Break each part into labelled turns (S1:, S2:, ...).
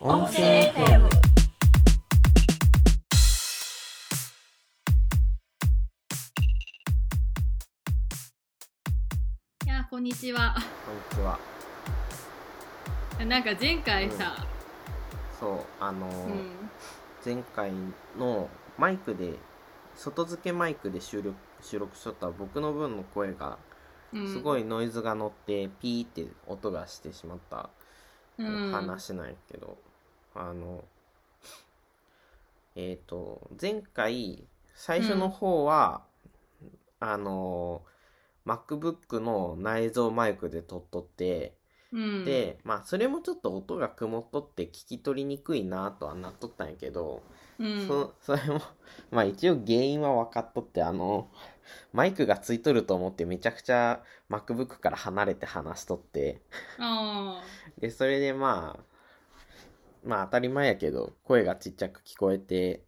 S1: 音声 FM
S2: いやこんにちは
S1: こんにちは
S2: なんか前回さ、
S1: そうあのー
S2: うん
S1: 前回のマイクで外付けマイクで収録収録しとった僕の分の声が
S2: うん
S1: すごいノイズが乗ってピーって音がしてしまった
S2: うん
S1: 話なんやけど、あのえっ、と前回最初の方は、あの MacBook の内蔵マイクで撮っとって、
S2: うん、
S1: でまあそれもちょっと音が曇っとって聞き取りにくいなとはなっとったんやけど、
S2: うん、
S1: そそれも まあ一応原因は分かっとってあのマイクがついとると思ってめちゃくちゃ MacBook から離れて話しとって。
S2: あ
S1: でそれでまあまあ当たり前やけど声がちっちゃく聞こえて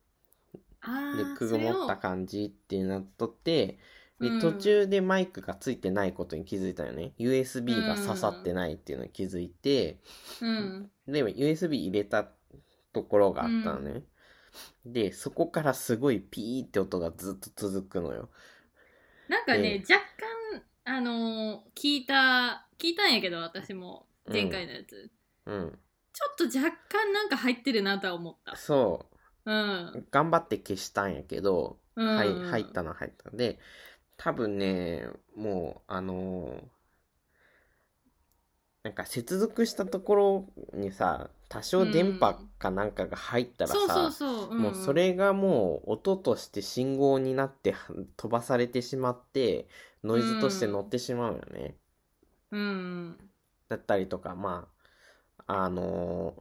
S2: ーあ
S1: で
S2: ー
S1: くぐもった感じってなっとって
S2: そ
S1: で
S2: れをうん
S1: 途中でマイクがついてないことに気づいたよね USB が刺さってないっていうのに気づいて、
S2: うん
S1: でも USB 入れたところがあったのね、でそこからすごいピーって音がずっと続くのよ
S2: なんかね
S1: で
S2: 若干あのー聞いた聞いたんやけど私も前回のやつ、
S1: うん
S2: ちょっと若干なんか入ってるなとは思った
S1: そ
S2: うん、
S1: う頑張って消したんやけど
S2: うん、
S1: はい、入ったな、入った。で、多分ね、もう、あのーなんか接続したところにさ、多少電波かなんかが入ったらさ、
S2: そうそうそう、うん
S1: もうそれがもう音として信号になっては飛ばされてしまって、ノイズとして乗ってしまうよね。
S2: うん
S1: だったりとか、まあ、あのー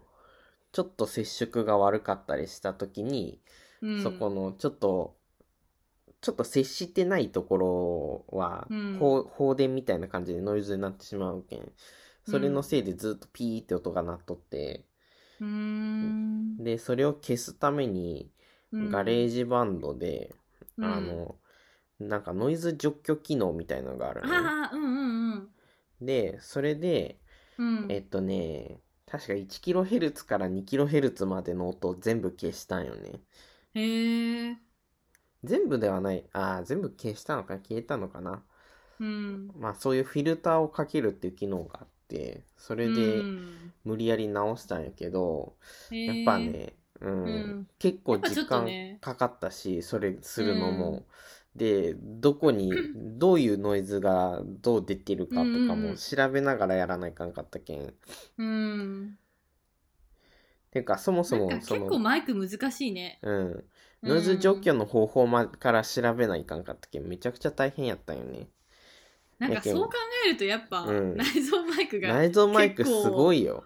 S1: ちょっと接触が悪かったりした時に、
S2: うん
S1: そこのちょっとちょっと接してないところは、
S2: うん
S1: 放放電みたいな感じでノイズになってしまうけんそれのせいでずっとピーって音が鳴っとって、
S2: うーん
S1: でそれを消すためにガレージバンドで、
S2: うん
S1: あのなんかノイズ除去機能みたいのがあるの、
S2: ああうんうんうん
S1: でそれで
S2: うん
S1: えっとね確か 1kHz から 2kHz までの音を全部消したんよね。
S2: へえ
S1: 全部ではない。ああ、全部消したのか消えたのかな。
S2: うん
S1: まあそういうフィルターをかけるっていう機能があって、それで
S2: うん
S1: 無理やり直したんやけど、
S2: へ
S1: や
S2: え
S1: っぱね、うん、
S2: うん
S1: 結
S2: や
S1: 構
S2: っぱちょ
S1: 時
S2: っと
S1: 間
S2: ね
S1: かかったし、それするのも、で、どこに、どういうノイズがどう出てるかと
S2: うんう
S1: か
S2: んう
S1: も
S2: ん
S1: 調べながらやらないかんかったけん。
S2: うん
S1: ていうか、そもそ
S2: なん
S1: も
S2: か、
S1: そ
S2: 結構
S1: の、
S2: マイク難しいね
S1: うん、ノイズ除去の方法まから調べないかんかったけん、めちゃくちゃ大変やったんよね。
S2: うんなんかそう考えるとやっぱ
S1: うん
S2: 内蔵マイクが
S1: 内蔵マイクすごいよ。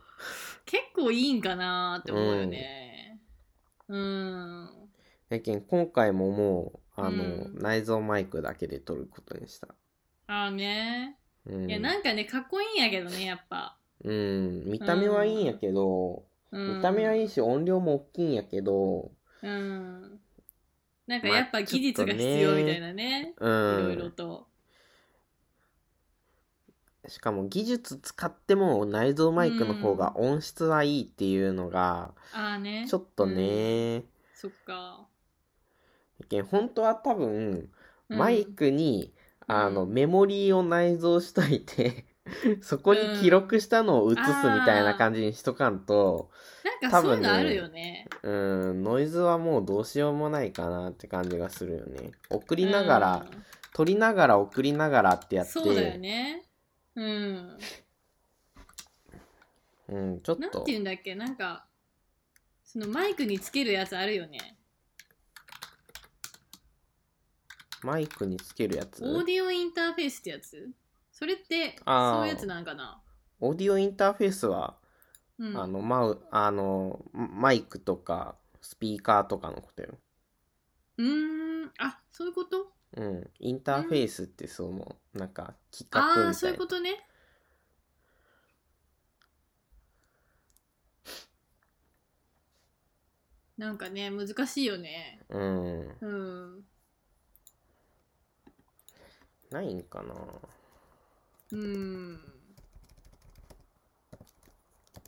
S2: 結構いいんかなって思うよねうん
S1: やけん今回ももうあの、
S2: うん
S1: 内蔵マイクだけで撮ることにした、
S2: ああね
S1: うん、
S2: いやなんかねかっこいいんやけどねやっぱ
S1: うん見た目はいいんやけど、見
S2: 見
S1: た目はい
S2: い
S1: いし音量も大きいんやけど
S2: うんなんか
S1: まあ
S2: やっぱ技術が必要みたいなね
S1: う
S2: いろいろ
S1: ん
S2: と
S1: しかも技術使っても内蔵マイクの方が音質はいいっていうのが
S2: ああね
S1: ちょっと
S2: うん
S1: ね、
S2: そっか
S1: やけん本当は多分
S2: うん
S1: マイクに、
S2: うん
S1: あのメモリーを内蔵しといて そこに記録したのを映すみたいな感じにしとかんと、
S2: なん
S1: 多
S2: かそう
S1: 分
S2: いう
S1: ね
S2: のあるよね。
S1: うーん、ノイズはもうどうしようもないかなって感じがするよね。送りながら、
S2: うん
S1: 撮りながら送りながらってやって、
S2: そうだよね。うん。
S1: うん、ちょっ
S2: なんて
S1: と、
S2: 言うんだっけ、なんか、そのマイクにつけるやつあるよね。
S1: マイクにつけるやつ。
S2: オーディオインターフェースってやつそれって、
S1: あー
S2: そういうやつなんかな。
S1: オーディオインターフェースは、
S2: うん、
S1: あの、マウ、あの、マイクとか、スピーカーとかのことよ。
S2: うーん、あそういうこと
S1: うん。インターフェースってその、なんか、企画みたい
S2: あ
S1: な。
S2: あ、そういうことね。なんかね、難しいよね。
S1: うん。
S2: うん。
S1: ないんかな
S2: うん。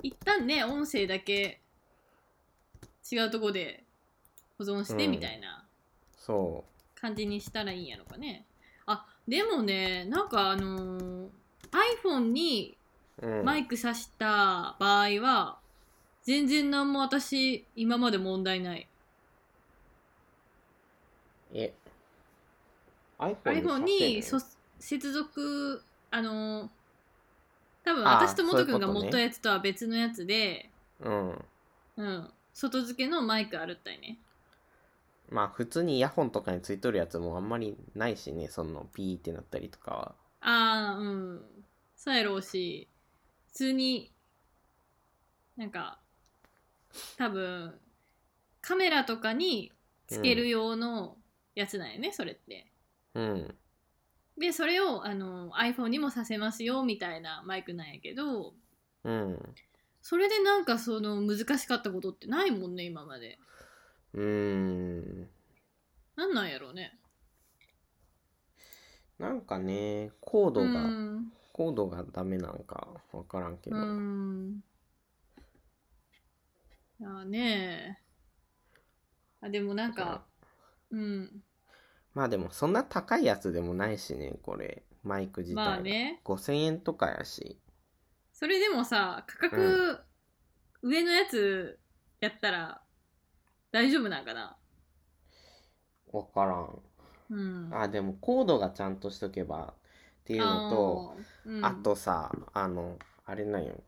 S2: 一旦ね、音声だけ違うとこで保存して
S1: うん
S2: みたいな
S1: そ
S2: 感じにしたらいいんやろかね。あでもねなんかあのー iPhone に
S1: う。うん。
S2: マイク挿した場合は、全然何も私今まで問題ない。
S1: え。iPhone に
S2: iPhone にそ接続あのー多分私と
S1: あー
S2: 元くんが
S1: そういうこと
S2: 持
S1: ね
S2: ったやつとは別のやつで
S1: うん。
S2: うん外付けのマイクあるったいね
S1: まあ普通にイヤホンとかについとるやつもあんまりないしね、そのピーってなったりとかは。
S2: ああうんそうやろうし普通になんか多分カメラとかにつける用のやつなんよね、それって
S1: うん。
S2: でそれをあの iPhone にもさせますよみたいなマイクなんやけど
S1: うん。
S2: それでなんかその難しかったことってないもんね今まで
S1: うーん。
S2: なんなんやろうね
S1: なんかね、コード
S2: う
S1: が、
S2: ん
S1: コードがダメなんかわからんけど。
S2: うんいやねえあでもなんかうん
S1: まあでもそんな高いやつでもないしね、これ。マイク自体が。
S2: まあね
S1: 5000円とかやし。
S2: それでもさ価格上のやつやったら大丈夫なんかな
S1: わからん。
S2: うん
S1: あ、でもコードがちゃんとしとけばっていうのと、
S2: あーうん
S1: あとさ、あの、あれなんよ。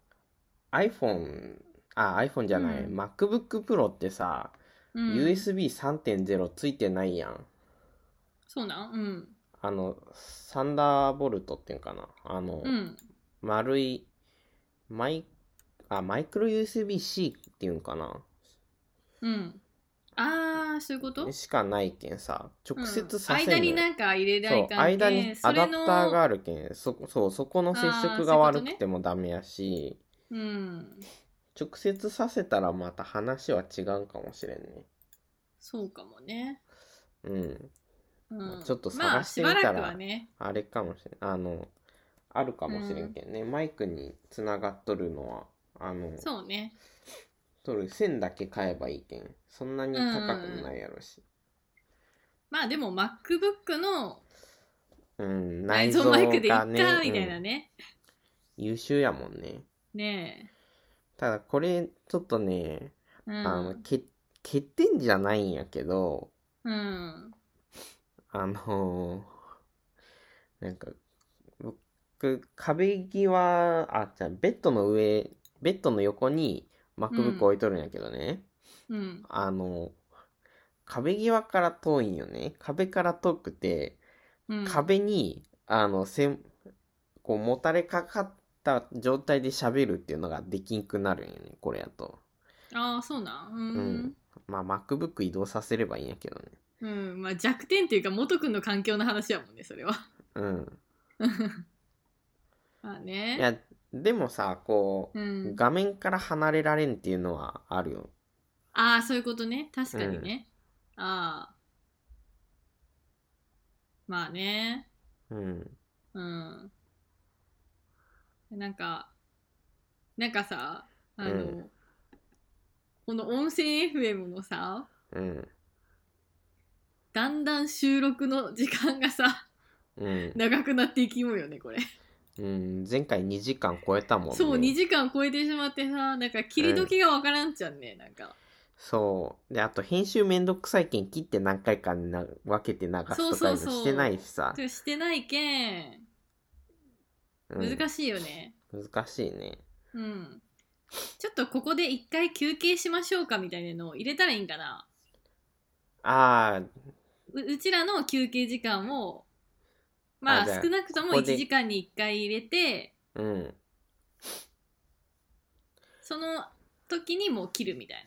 S1: iPhone、あ、iPhone じゃない、
S2: うん
S1: MacBook Pro ってさ、
S2: うん
S1: USB3.0 ついてないやん。
S2: そうなんうん
S1: あの、サンダーボルトっていうんかな。あの、
S2: うん
S1: 丸い、マイ、あ、マイクロ USB-C っていうんかな。
S2: うんああそういうこと
S1: しかないけんさ、直接させん
S2: 間に
S1: のよ
S2: なんか入れな
S1: そ
S2: いうかんけん
S1: 間にアダプターが
S2: あ
S1: あるけんそそうそこの接
S2: あーそうい
S1: 触
S2: う
S1: が
S2: こと
S1: 悪
S2: ね
S1: くてもダメやし、
S2: うん
S1: 直接させたらまた話は違うかもしれんね
S2: そうかもね、
S1: うん
S2: うん、
S1: ちょっと探してみたら
S2: まあ、しばらくはね
S1: あれかもしれんあのあるかもしれんけんね、マイクにつながっとるのはあの
S2: そうね
S1: 取る線だけ買えばいいけんそんなに高くもないやろし、
S2: まあでも MacBook の
S1: うん、
S2: 内
S1: 内
S2: 蔵
S1: 蔵
S2: マイクでいっ
S1: が
S2: かみ
S1: ね
S2: たいな
S1: うん
S2: ね
S1: 優秀やもんね
S2: ね
S1: ただこれちょっとね、
S2: え、う
S1: あの
S2: ん、
S1: け欠点じゃないんやけど
S2: うん
S1: あのーなんか、僕、壁際、あ、じゃあベッドの上、ベッドの横に MacBook 置いとるんやけどね、
S2: うん
S1: あの、壁際から遠いんよね。壁から遠くて、
S2: うん、
S1: 壁に、あの、せん、こう、もたれかかった状態で喋るっていうのができんくなるんよね、これやと。
S2: ああそうなんうん、
S1: まあ、MacBook 移動させればいいんやけどね。
S2: うんまあ、弱点っていうか元くんの環境の話やもんねそれは
S1: うん。
S2: まあね
S1: いや、でもさ、こう、
S2: うん、
S1: 画面から離れられんっていうのはあるよ。
S2: ああそういうことね確かにね、ああまあね
S1: うん。
S2: うんなんかなんかさあの、
S1: うん
S2: この音声 FM のさ
S1: うん。
S2: だんだん収録の時間がさ
S1: うん。
S2: 長くなっていきもよねこれ
S1: うん、前回2時間超えたもんね。
S2: そう2時間超えてしまってさなんか切り時がわからんちゃんね、なんか
S1: そう。で、あと編集めんどくさいけん切って何回かな分けて流すとかいうの
S2: そうそうそう
S1: してないしさ。
S2: それしてないけん
S1: うん
S2: 難しいよね
S1: 難しいね。
S2: うん、ちょっとここで一回休憩しましょうかみたいなのを入れたらいいんかな
S1: あ
S2: ううちらの休憩時間をまあ
S1: あじゃあ
S2: 少なくとも
S1: ここ
S2: 1
S1: で
S2: 時間に1回入れて
S1: あ、うん。
S2: その時にもう切るみたい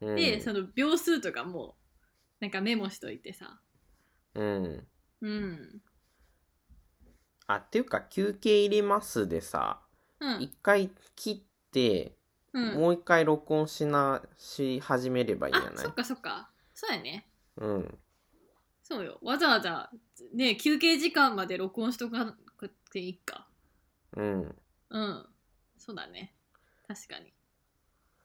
S1: うん、
S2: なで、その秒数とかもなんかメモしといてさ
S1: うん。
S2: うん
S1: あ、っていうか、休憩入れますでさ、
S2: うん
S1: 一回切って、
S2: うん
S1: もう一回録音しな、し始めればいいんじゃ
S2: あ
S1: ない
S2: そっかそっかそうやね
S1: うん。
S2: そうよわざわざね休憩時間まで録音しとかなくていいか
S1: うん。
S2: うんそうだね確かにい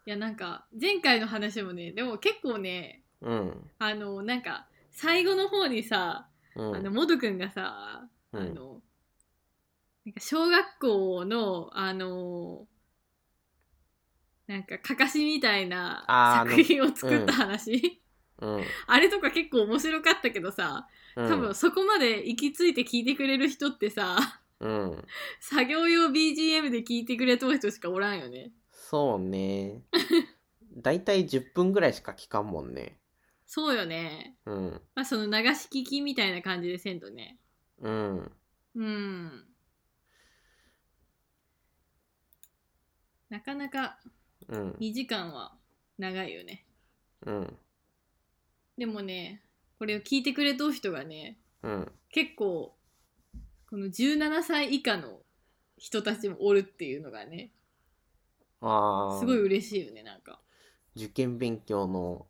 S2: やなんか前回の話もねでも結構ね
S1: うん。
S2: あのなんか最後の方にさ、
S1: うん。
S2: あのモドくんがさ、
S1: うん
S2: あのなんか小学校のあのなんかかかしみたいな
S1: あー
S2: 作品を作った話、
S1: うん。
S2: あれとか結構面白かったけどさ
S1: うん。
S2: 多分そこまで行き着いて聞いてくれる人ってさ
S1: うん。
S2: 作業用 BGM で聞いてくれとる人しかおらんよね
S1: そうね。 だいたい10分ぐらいしか聞かんもんね。
S2: そうよね
S1: うん。
S2: まあその流し聞きみたいな感じでせんとね
S1: うん。
S2: うんなかなか
S1: うん。
S2: 2時間は長いよね
S1: うん。
S2: でもねこれを聞いてくれとる人がね
S1: うん。
S2: 結構この17歳以下の人たちもおるっていうのがね
S1: ああ。
S2: すごい嬉しいよねなんか
S1: 受験勉強の、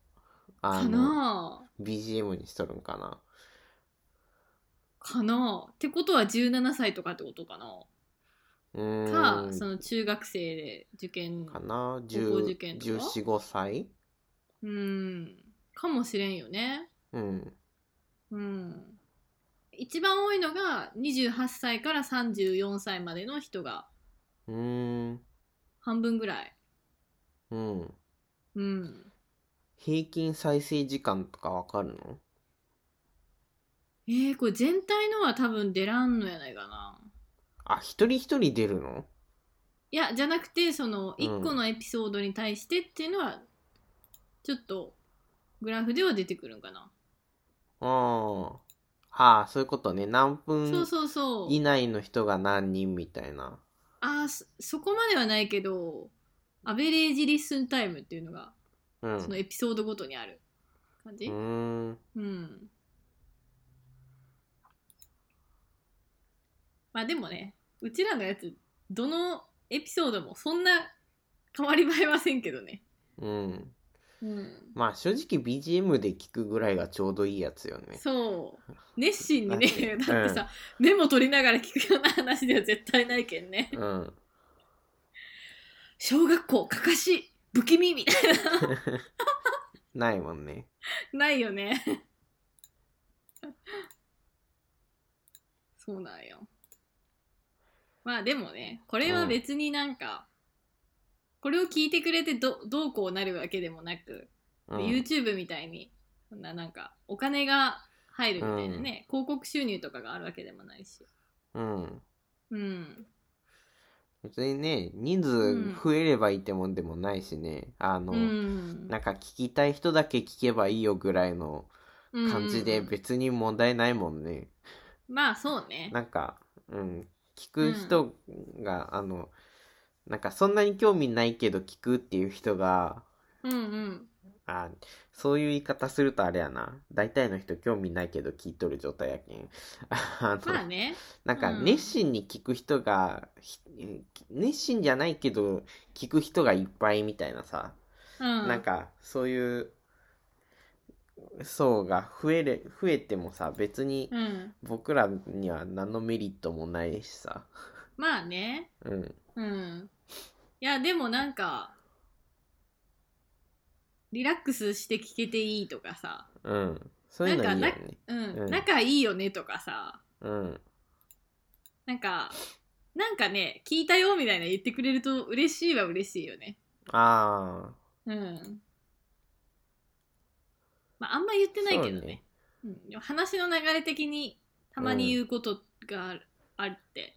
S1: あ
S2: か
S1: の、
S2: なあ
S1: BGM にしとるんかな。
S2: かなあってことは17歳とかってことかな
S1: うーん。
S2: か、その中学生で受験
S1: かな
S2: 高校受験とか
S1: 14、5歳
S2: うんかもしれんよね
S1: うん。
S2: うん一番多いのが28歳から34歳までの人が
S1: うーん。
S2: 半分ぐらい
S1: うん。
S2: うん
S1: 平均再生時間とかわかるの
S2: えー、これ全体のは多分出らんのやないかな
S1: あ、一人一人出るの
S2: いやじゃなくてその
S1: うん
S2: 1個のエピソードに対してっていうのはちょっとグラフでは出てくるんかな、
S1: ああ。ああ、そういうことね。何
S2: そう
S1: 分
S2: そうそう
S1: 以内の人が何人みたいな。
S2: あーそそこまではないけどアベレージリッスンタイムっていうのが
S1: うん。
S2: そうのエピソードごとにある感じ、
S1: ーん。
S2: うん。まあでもね、うちらのやつ、どのエピソードもそんな変わり映えませんけどね。
S1: うん。
S2: うん。
S1: まあ正直 BGM で聞くぐらいがちょうどいいやつよね。
S2: そう。熱心にね、
S1: うん
S2: だってさ、メモ取りながら聞くような話では絶対ないけんね。
S1: うん。
S2: 小学校、かかし、不気味みたい
S1: ないもんね。
S2: な。ないよね。 そうなんよ。まあでもね、これは別になんか、これを聞いてくれてどどうこうなるわけでもなく、
S1: うん。
S2: YouTube みたいに、そんななんか、お金が入るみたいなね、広告収入とかがあるわけでもないし。
S1: うん。
S2: うん。
S1: 別にね、人
S2: うん
S1: 数増えればいいってもんでもないしね。あの、
S2: うん
S1: なんか聞きたい人だけ聞けばいいよぐらいの感じで
S2: うん
S1: 別に問題ないもんね。
S2: まあそうね。
S1: なんか、うん、聞く人が、あの、なんかそんなに興味ないけど聞くっていう人が、
S2: うんうん。
S1: あそういう言い方するとあれやな。大体の人興味ないけど聞いとる状態やけん。 あの、
S2: まあね。
S1: なんか
S2: うん
S1: 熱心に聞く人が、ひ熱心じゃないけど聞く人がいっぱいみたいなさ。
S2: うん。
S1: なんかそういう層が増えれ、増えてもさ、別に
S2: うん。
S1: 僕らには何のメリットもないしさ。
S2: まあね。
S1: うん。
S2: うん。いや、でもなんか、リラックスして聞けていいとかさ、
S1: うん。そういうのいいよ
S2: なん
S1: ね
S2: か。うん、
S1: うん
S2: 仲いいよねとかさ、
S1: うん。
S2: なんか、なんかね、聞いたよみたいな言ってくれると嬉しいは嬉しいよね。
S1: ああ。
S2: うん。まあ、あんま言ってないけど
S1: そう
S2: ね
S1: ね。
S2: うん、でも話の流れ的にたまに言うことがある,、あるって。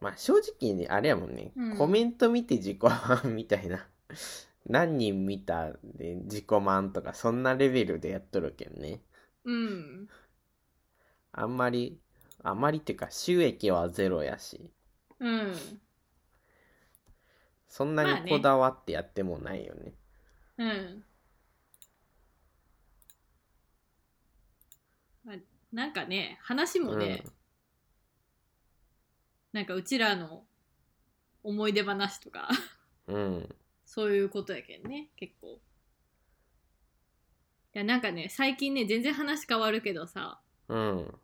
S1: まあ正直ね、あれやもんね。
S2: うん
S1: コメント見て自己満みたいな。 何人見たで自己満とか、そんなレベルでやっとるけんね。
S2: うん。
S1: あんまり、あんまりっていうか収益はゼロやし、
S2: うん。
S1: そんなにこだわってやってもないよね。
S2: うん。まあ、なんかね、話もね、なんかうちらの思い出話とか、
S1: うん。
S2: そういうことやけんね、結構。いや、なんかね、最近ね、全然話変わるけどさ、
S1: うん。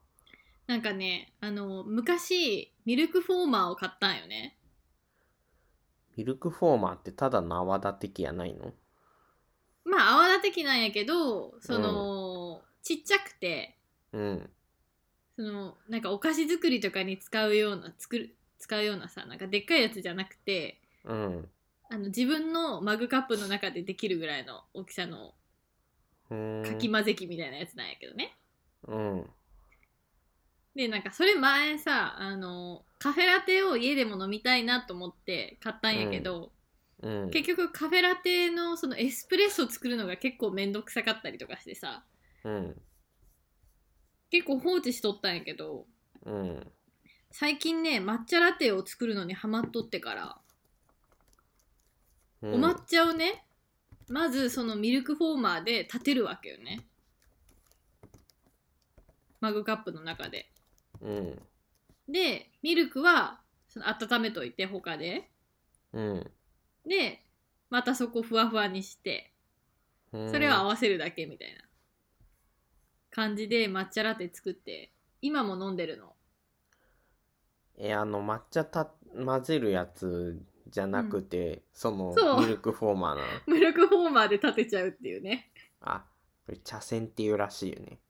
S2: なんかね、あの、昔、ミルクフォーマーを買ったんよね。
S1: ミルクフォーマーってただの泡立て器やないの
S2: まあ泡立て器なんやけどその、ちっちゃくて
S1: うん。
S2: そのなんかお菓子作りとかに使うような作る使うようなさなんかでっかいやつじゃなくて
S1: うん。
S2: あの自分のマグカップの中でできるぐらいの大きさの
S1: うーん
S2: かき混ぜ器みたいなやつなんやけどね。
S1: うん。
S2: でなんかそれ前さあのカフェラテを家でも飲みたいなと思って買ったんやけど、
S1: うん。
S2: 結局カフェラテのそのエスプレッソ作るのが結構めんどくさかったりとかしてさ
S1: うん。
S2: 結構放置しとったんやけど
S1: うん。
S2: 最近ね抹茶ラテを作るのにハマっとってから。
S1: うん
S2: お抹茶をねまずそのミルクフォーマーで立てるわけよねマグカップの中で
S1: うん。
S2: でミルクはその温めといて他で
S1: うん。
S2: でまたそこふわふわにして
S1: うん
S2: それを合わせるだけみたいな感じで抹茶ラテ作って今も飲んでるの
S1: え、あの、抹茶た、混ぜるやつじゃなくて、その
S2: そう
S1: ミルクフォーマーなの。
S2: ミルクフォーマーで立てちゃうっていうね
S1: あ、これ茶筅っていうらしいよね。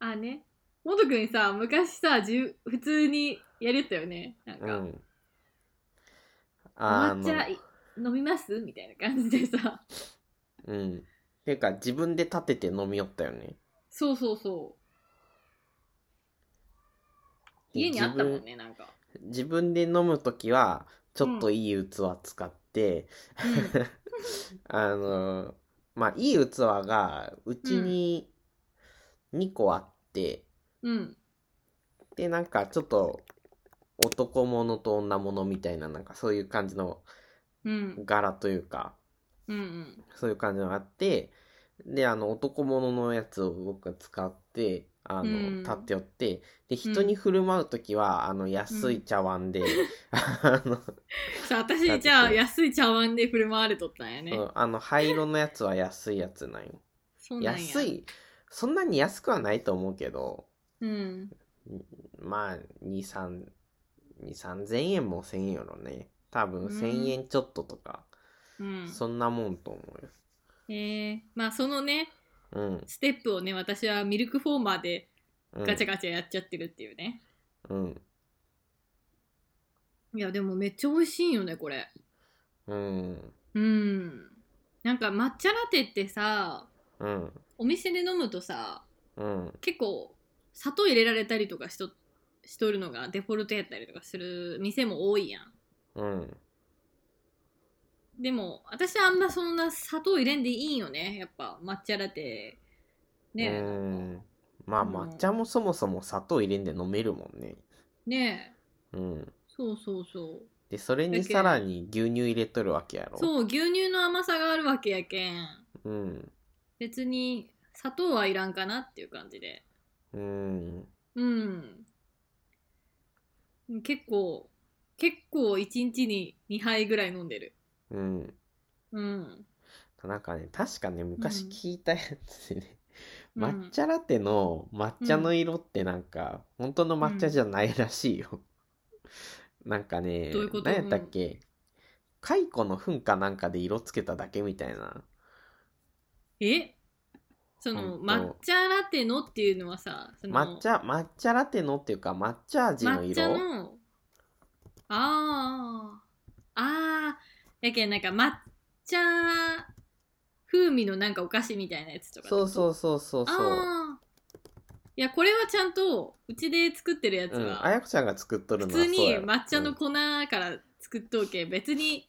S2: あねもとくんさ昔さじゅ普通にやれたよねなん
S1: う
S2: か、
S1: ん。
S2: お
S1: あ
S2: 抹茶い飲みますみたいな感じでさ
S1: あのうん。ていうか、自分で立てて飲みよったよね。
S2: そうそうそう
S1: で
S2: 家にあったもんねなんか、
S1: 自分で飲むときは、ちょっといい器使って、あの、まあ、いい器が、うちに2個あって、
S2: うん、うん、
S1: で、なんかちょっと、男物と女物みたいな、なんかそういう感じの
S2: うん
S1: 柄というか、
S2: うんうん
S1: そういう感じのがあって、で、あの、男物のやつを僕が使って、あの、
S2: うん
S1: 立っておって、で、人に振る舞うときは、あの、安い茶碗で、あの、
S2: さあ私じゃあ安い茶碗で振る舞われとったんやね、
S1: うんあの、灰色のやつは安いやつなんよ。
S2: そうなんや
S1: 安い、そんなに安くはないと思うけど、
S2: うん
S1: まあ、2、3、2、3000円も1000円やろね。多分
S2: うん
S1: 1000円ちょっととか、
S2: うん
S1: そんなもんと思うよ。
S2: えー、まあそのね
S1: うん。
S2: ステップをね私はミルクフォーマーで
S1: うん、
S2: ガチャガチャやっちゃってるっていうね、
S1: うん。
S2: いやでもめっちゃ美味しいよねこれ
S1: うん。
S2: うんなんか抹茶ラテってさ
S1: うん。
S2: お店で飲むとさ
S1: うん。
S2: 結構砂糖入れられたりとかしとしとるのがデフォルトやったりとかする店も多いやん
S1: うん。
S2: でも私あんまそんな砂糖入れんでいいんよねやっぱ抹茶ラテね
S1: う
S2: え
S1: ん。まあ、
S2: うん
S1: 抹茶もそもそも砂糖入れんで飲めるもんね。
S2: ねえ
S1: うん。
S2: そうそうそう
S1: で、それに
S2: だけ
S1: さらに牛乳入れとるわけやろ。
S2: そう牛乳の甘さがあるわけやけん
S1: うん。
S2: 別に砂糖はいらんかなっていう感じで
S1: うん。
S2: うん結構結構1日に2杯ぐらい飲んでる
S1: うん。
S2: うん
S1: なんかね、確かね、昔
S2: うん
S1: 聞いたやつでね、
S2: うん
S1: 抹茶ラテの抹茶の色ってなんか、本当の抹茶じゃないらしいよ。なんかね、
S2: どういうこと
S1: 何やったっけ蚕の糞かなんかで色つけただけみたいな。
S2: えその
S1: ほんと
S2: 抹茶ラテのっていうのはさその
S1: 抹茶、抹茶ラテのっていうか、抹茶味の
S2: 抹茶
S1: 色
S2: のあああーやけんなんか抹茶風味のなんかお菓子みたいなやつとか
S1: そう
S2: う
S1: そうそうそうそう。
S2: ああいやこれはちゃんとうちで作ってるやつ
S1: うん、あ
S2: は、
S1: やこちゃんが作っとる
S2: 普
S1: のは
S2: 通に
S1: そうやろ
S2: 抹茶の粉から作っとうけ、別に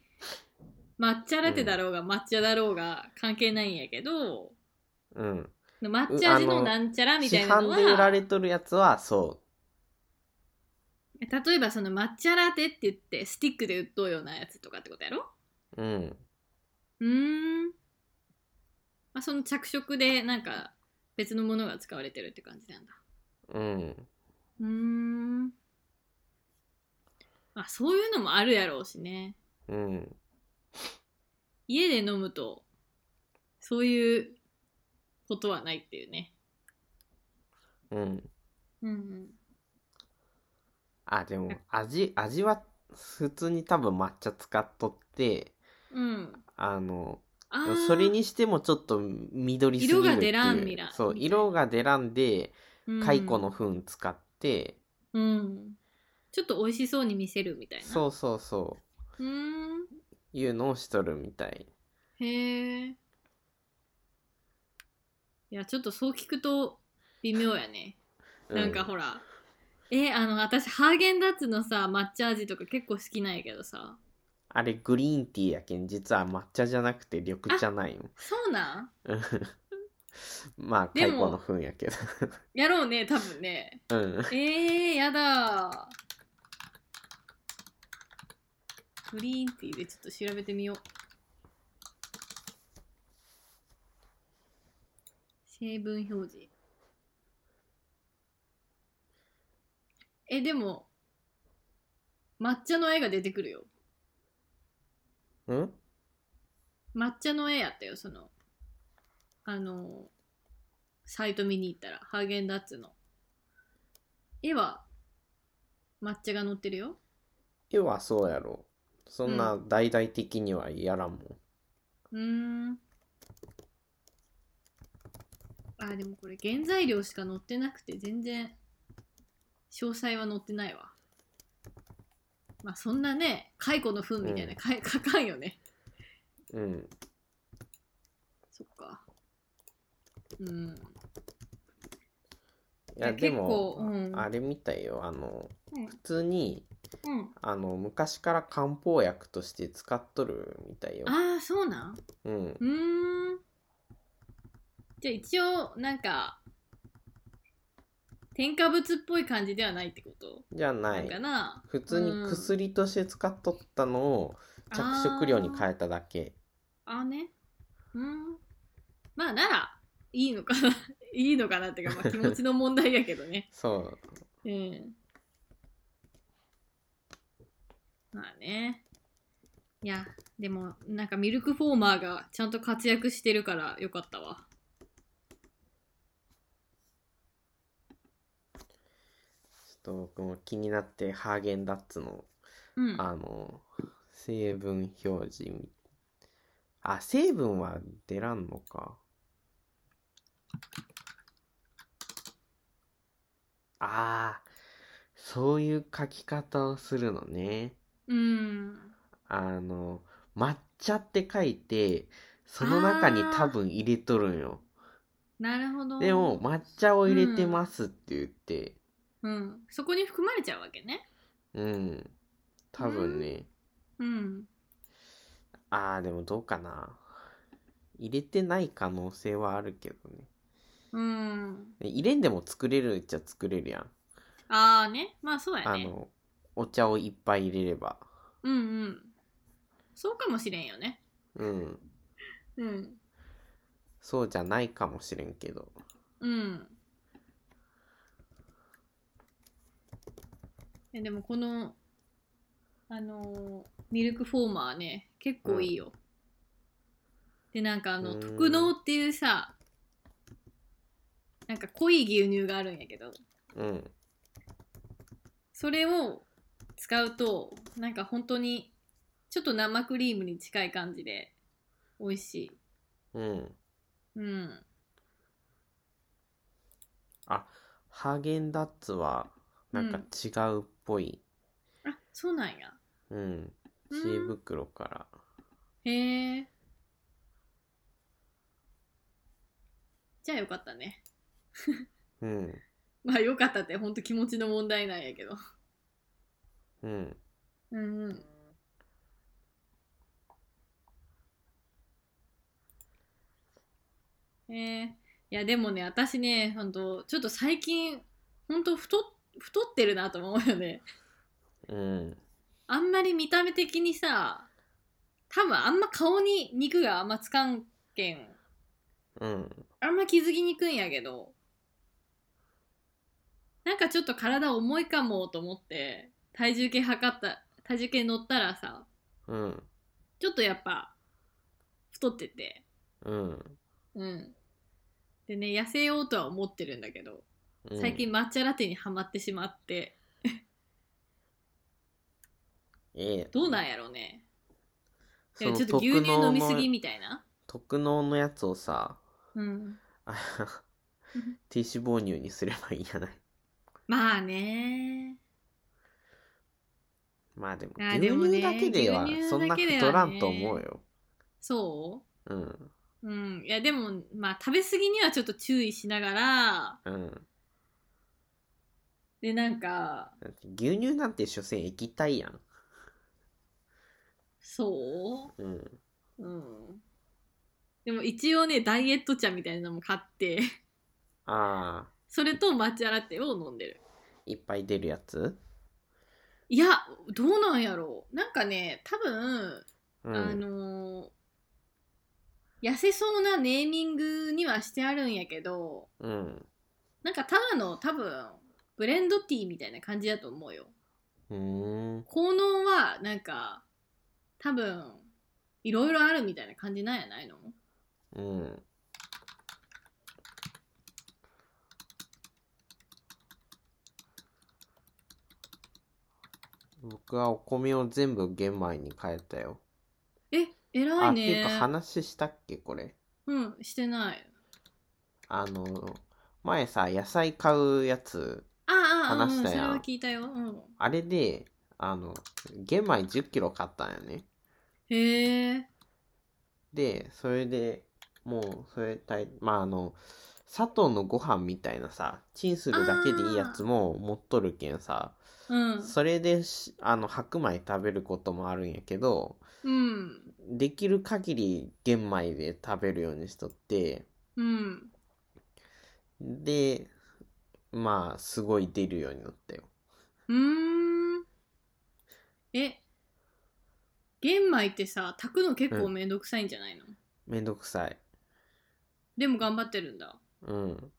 S2: 抹茶ラテだろうが抹茶だろうが関係ないんやけど、
S1: うん。うん
S2: 抹茶味
S1: あ
S2: の
S1: の
S2: なんちゃらみ
S1: 市
S2: たいなの
S1: 販で売ら
S2: は
S1: れとるやつは、そ
S2: 例えばその抹茶ラテって言ってスティックで売っとうようなやつとかってことやろ
S1: う。うん。
S2: うーん、まあ、その着色でなんか別のものが使われてるって感じなんだ
S1: うん。
S2: うーんあそういうのもあるやろうしね
S1: うん。
S2: 家で飲むとそういうことはないっていうね
S1: うん。
S2: うん
S1: あ、でも
S2: え、
S1: 味、味は普通に多分抹茶使っとって、
S2: うん。
S1: あの、
S2: あー
S1: それにしてもちょっと緑すぎるっていう
S2: 色が出らんみら
S1: そう、色が出らんで、蚕の糞使って、
S2: うん、うん。ちょっと美味しそうに見せるみたいな。。
S1: そうそうそう
S2: うーん。
S1: う、いうのをしとるみたい。
S2: へえ。いや、ちょっとそう聞くと微妙やね。
S1: う
S2: なんかほら。え、あの、私、ハーゲンダッツのさ、抹茶味とか結構好きなんやけどさ。
S1: あれグリーンティーやけん、実は抹茶じゃなくて緑茶ないん。
S2: そうなん
S1: うんまあ、
S2: で
S1: 蚕
S2: も
S1: の糞やけ
S2: やろうね、多分ね。
S1: ど。うん。
S2: えー、やだーグリーンティーでちょっと調べてみよう。成分表示。え、でも、抹茶の絵が出てくるよ。
S1: うん
S2: 抹茶の絵やったよ、その、あの、サイト見に行ったら、ハーゲンダッツの。絵は、抹茶が載ってるよ。
S1: 要はそうやろ。そんな大々的にはやらんもん。
S2: うーん。あ、でもこれ原材料しか載ってなくて全然詳細は載ってないわ。まあそんなね、蚕の糞みたい
S1: う
S2: な、
S1: ん
S2: か書かんよね。
S1: うん。
S2: そっか。うん。
S1: いや、
S2: いや
S1: でも
S2: 結、構うん
S1: あれみたいよ。あの、
S2: うん
S1: 普通に、
S2: うん、
S1: あの、昔から漢方薬として使っとるみたいよ。
S2: ああ、そうなん
S1: うん。
S2: うーん。じゃあ一応、なんか、添加物っぽい感じではないってこと
S1: じゃな
S2: なんか
S1: い。
S2: な
S1: 普通に薬として使っとったのを着色料に
S2: え
S1: 変えただけ。。
S2: あね。うん。まあなら、いいのかな。 いいのかなっていうか、まあ、気持ちの問題やけどね
S1: そう。
S2: うん。まあね。いや、でも、なんかミルクフォーマーがちゃんと活躍してるからよかったわ。
S1: ちょっと僕も気になって、ハーゲンダッツの、
S2: うん。
S1: あの、成分表示み。あ、成分は出らんのか。ああ、そういう書き方をするのね。
S2: うん。
S1: あの、抹茶って書いて、その中に多分入れとるんよ。
S2: なるほど。
S1: でも、、抹茶を入れてますって言って、
S2: うん。そこに含まれちゃうわけね。
S1: うん、多分ね、
S2: うん。
S1: ああ、でもどうかな。入れてない可能性はあるけどね。
S2: うん。
S1: 入れんでも作れるっちゃ作れるやん。
S2: ああね。まあそうや
S1: あ
S2: ね。
S1: の、お茶をいっぱい入れれば。
S2: うんうん。そうかもしれんよね。
S1: うん。
S2: うん。
S1: そうじゃないかもしれんけど。
S2: うん。えでもこの、あのーミルクフォーマーね、結構いいよ。で、なんかあの、
S1: うん
S2: 特濃っていうさ、なんか濃い牛乳があるんやけど、
S1: うん。
S2: それを使うと、なんか本当に、ちょっと生クリームに近い感じで、美味しい。
S1: うん。
S2: うん。
S1: あ、ハーゲンダッツは、なんか違うっぽい。
S2: あ、そうなんや。
S1: うん。
S2: うん
S1: 知恵袋から。
S2: へえ。じゃあよかったね。
S1: うん。
S2: まあよかったってほんと気持ちの問題なんやけど。
S1: うん。
S2: うんうん。えー、いやでもね私ねほんとちょっと最近ほんと太っ太ってるなと思うよね。
S1: うん。
S2: あんまり見た目的にさ多分あんま顔に肉があんまつかんけん
S1: うん。
S2: あんま気づきにくいんやけど、なんかちょっと体重いかもと思って、体重計測った、体重計乗ったらさ、
S1: うん。
S2: ちょっとやっぱ、太ってて、
S1: うん。
S2: うん。でね、痩せようとは思ってるんだけど、
S1: うん
S2: 最近抹茶ラテにはまってしまって、
S1: ええ。
S2: どうなんやろうねえちょっと
S1: 特
S2: 牛乳飲みすぎ
S1: の
S2: みたいな
S1: 特納のやつをさ、
S2: うん
S1: あ 低脂肪乳にすればいいんじゃない
S2: まあね
S1: まあでも
S2: あ
S1: 牛
S2: でもね
S1: 乳だけでは
S2: 牛乳
S1: そんな
S2: だけではね
S1: 太らんと思うよ。
S2: そ
S1: うん
S2: ううんいやでもまあ食べ過ぎにはちょっと注意しながら
S1: うん。
S2: でなんか
S1: だって牛乳なんて所詮液体やん。
S2: そ
S1: うん。
S2: ううんでも一応ねダイエット茶みたいなのも買って
S1: ああ、
S2: それと抹茶ラテを飲んでる
S1: いっぱい出るやつ
S2: いやどうなんやろうなんかね多分
S1: う
S2: あ
S1: ん。
S2: のー痩せそうなネーミングにはしてあるんやけど
S1: うん。
S2: なんかただの多分ブレンドティーみたいな感じだと思うよ
S1: うーん。
S2: 効能はなんか多分いろいろあるみたいな感じなんやないの
S1: うん。僕はお米を全部玄米に変えたよ。
S2: え偉
S1: あ、
S2: い
S1: っていう
S2: ね
S1: か話したっけこれ。
S2: うんしてない
S1: あの、前さ、野菜買うやつ、
S2: ああああ、う
S1: 話
S2: ん、
S1: し
S2: そ
S1: た
S2: れ
S1: やん
S2: は聞いたよ、うん、
S1: あれで、あの、玄米10キロ買ったんよね。
S2: へえ
S1: で、それでもう、それたい、まあ、あの、砂糖のご飯みたいなさ、チンするだけでいいやつも持っとるけんさ、
S2: うん
S1: それでし、あの、白米食べることもあるんやけど、
S2: うん
S1: できる限り玄米で食べるようにしとって、
S2: うん
S1: で、まあ、すごい出るようになったよ。
S2: うーんえ玄米ってさ炊くの結構
S1: うん
S2: めんどくさいんじゃないの、
S1: めんどくさい。
S2: でも頑張ってるんだ
S1: うん。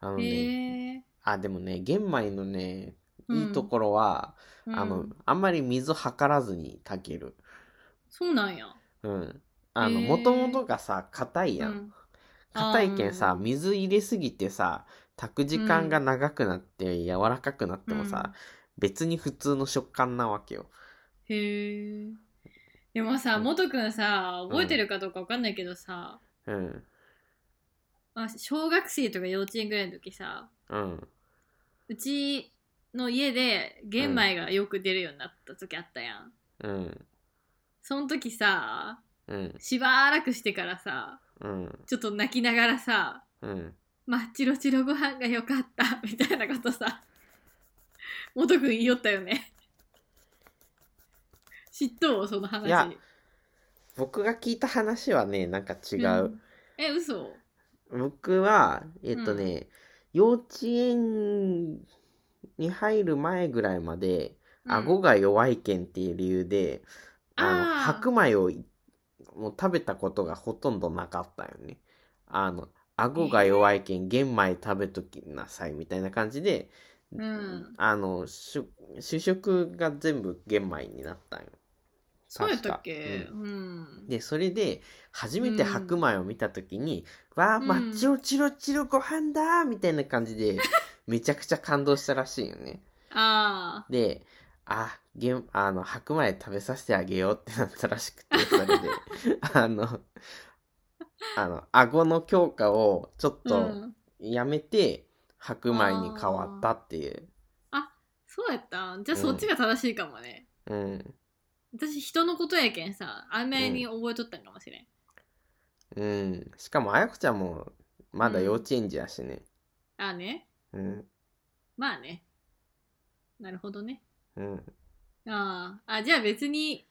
S1: あの
S2: へ
S1: ね、
S2: え
S1: あ、でもね、玄米のね、
S2: うん
S1: いいところは、あの、あんまり水測らずに炊ける。
S2: そうなんや
S1: うん。あの、
S2: へー
S1: もともとがさ、硬いや。
S2: うんん
S1: 硬いけん
S2: あー
S1: さ、
S2: うん
S1: 水入れすぎてさ、炊く時間が長くなって、柔らかくなってもさ、別に普通の食感なわけよ。
S2: へえでもさ
S1: うん
S2: もとくんさ覚えてるかどうかわかんないけどさ、
S1: うん。
S2: まあ、小学生とか幼稚園ぐらいの時さ
S1: うん。
S2: うちの家で玄米がよく出るようになった時あったやん、
S1: うん。
S2: その時さ
S1: うん。
S2: しばらくしてからさ
S1: うん。
S2: ちょっと泣きながらさ
S1: うん。
S2: 「まあチロチロご飯がよかった」 みたいなことさもとくん言いよったよね知っとうその話
S1: いや僕が聞いた話はね、なんか違う。
S2: んえ嘘
S1: 僕は、えっとね、幼稚園に入る前ぐらいまで、
S2: うん
S1: 顎が弱いけんっていう理由で、あの、
S2: あー
S1: 白米をいもう食べたことがほとんどなかったよね。あの、顎が弱いけん、玄米食べときなさいみたいな感じで、
S2: うん
S1: あの、主主食が全部玄米になったんよ。
S2: そうやったっ
S1: 確
S2: け
S1: か
S2: うん、
S1: で、それで、初めて白米を見たときに、わあ、
S2: うん
S1: まあ、チロチロチロご飯だーみたいな感じ で、めちゃくちゃ感動したらしいよね。
S2: ああ
S1: で、あ、げん、あの、白米食べさせてあげようってなったらしく て、それで、あの、あの、顎の強化をちょっ
S2: う
S1: と
S2: ん、
S1: やめて、白米に変わったっていう。
S2: そうやったじゃあそっちが正しいかもね、
S1: うん。
S2: 私人のことやけんさあんまりに覚えとったんかもしれん、
S1: うん。しかも、あやこちゃんも、まだ幼稚園児やしね。
S2: ああね
S1: うん。
S2: まあねなるほどね
S1: うん。
S2: あーあじゃあ別に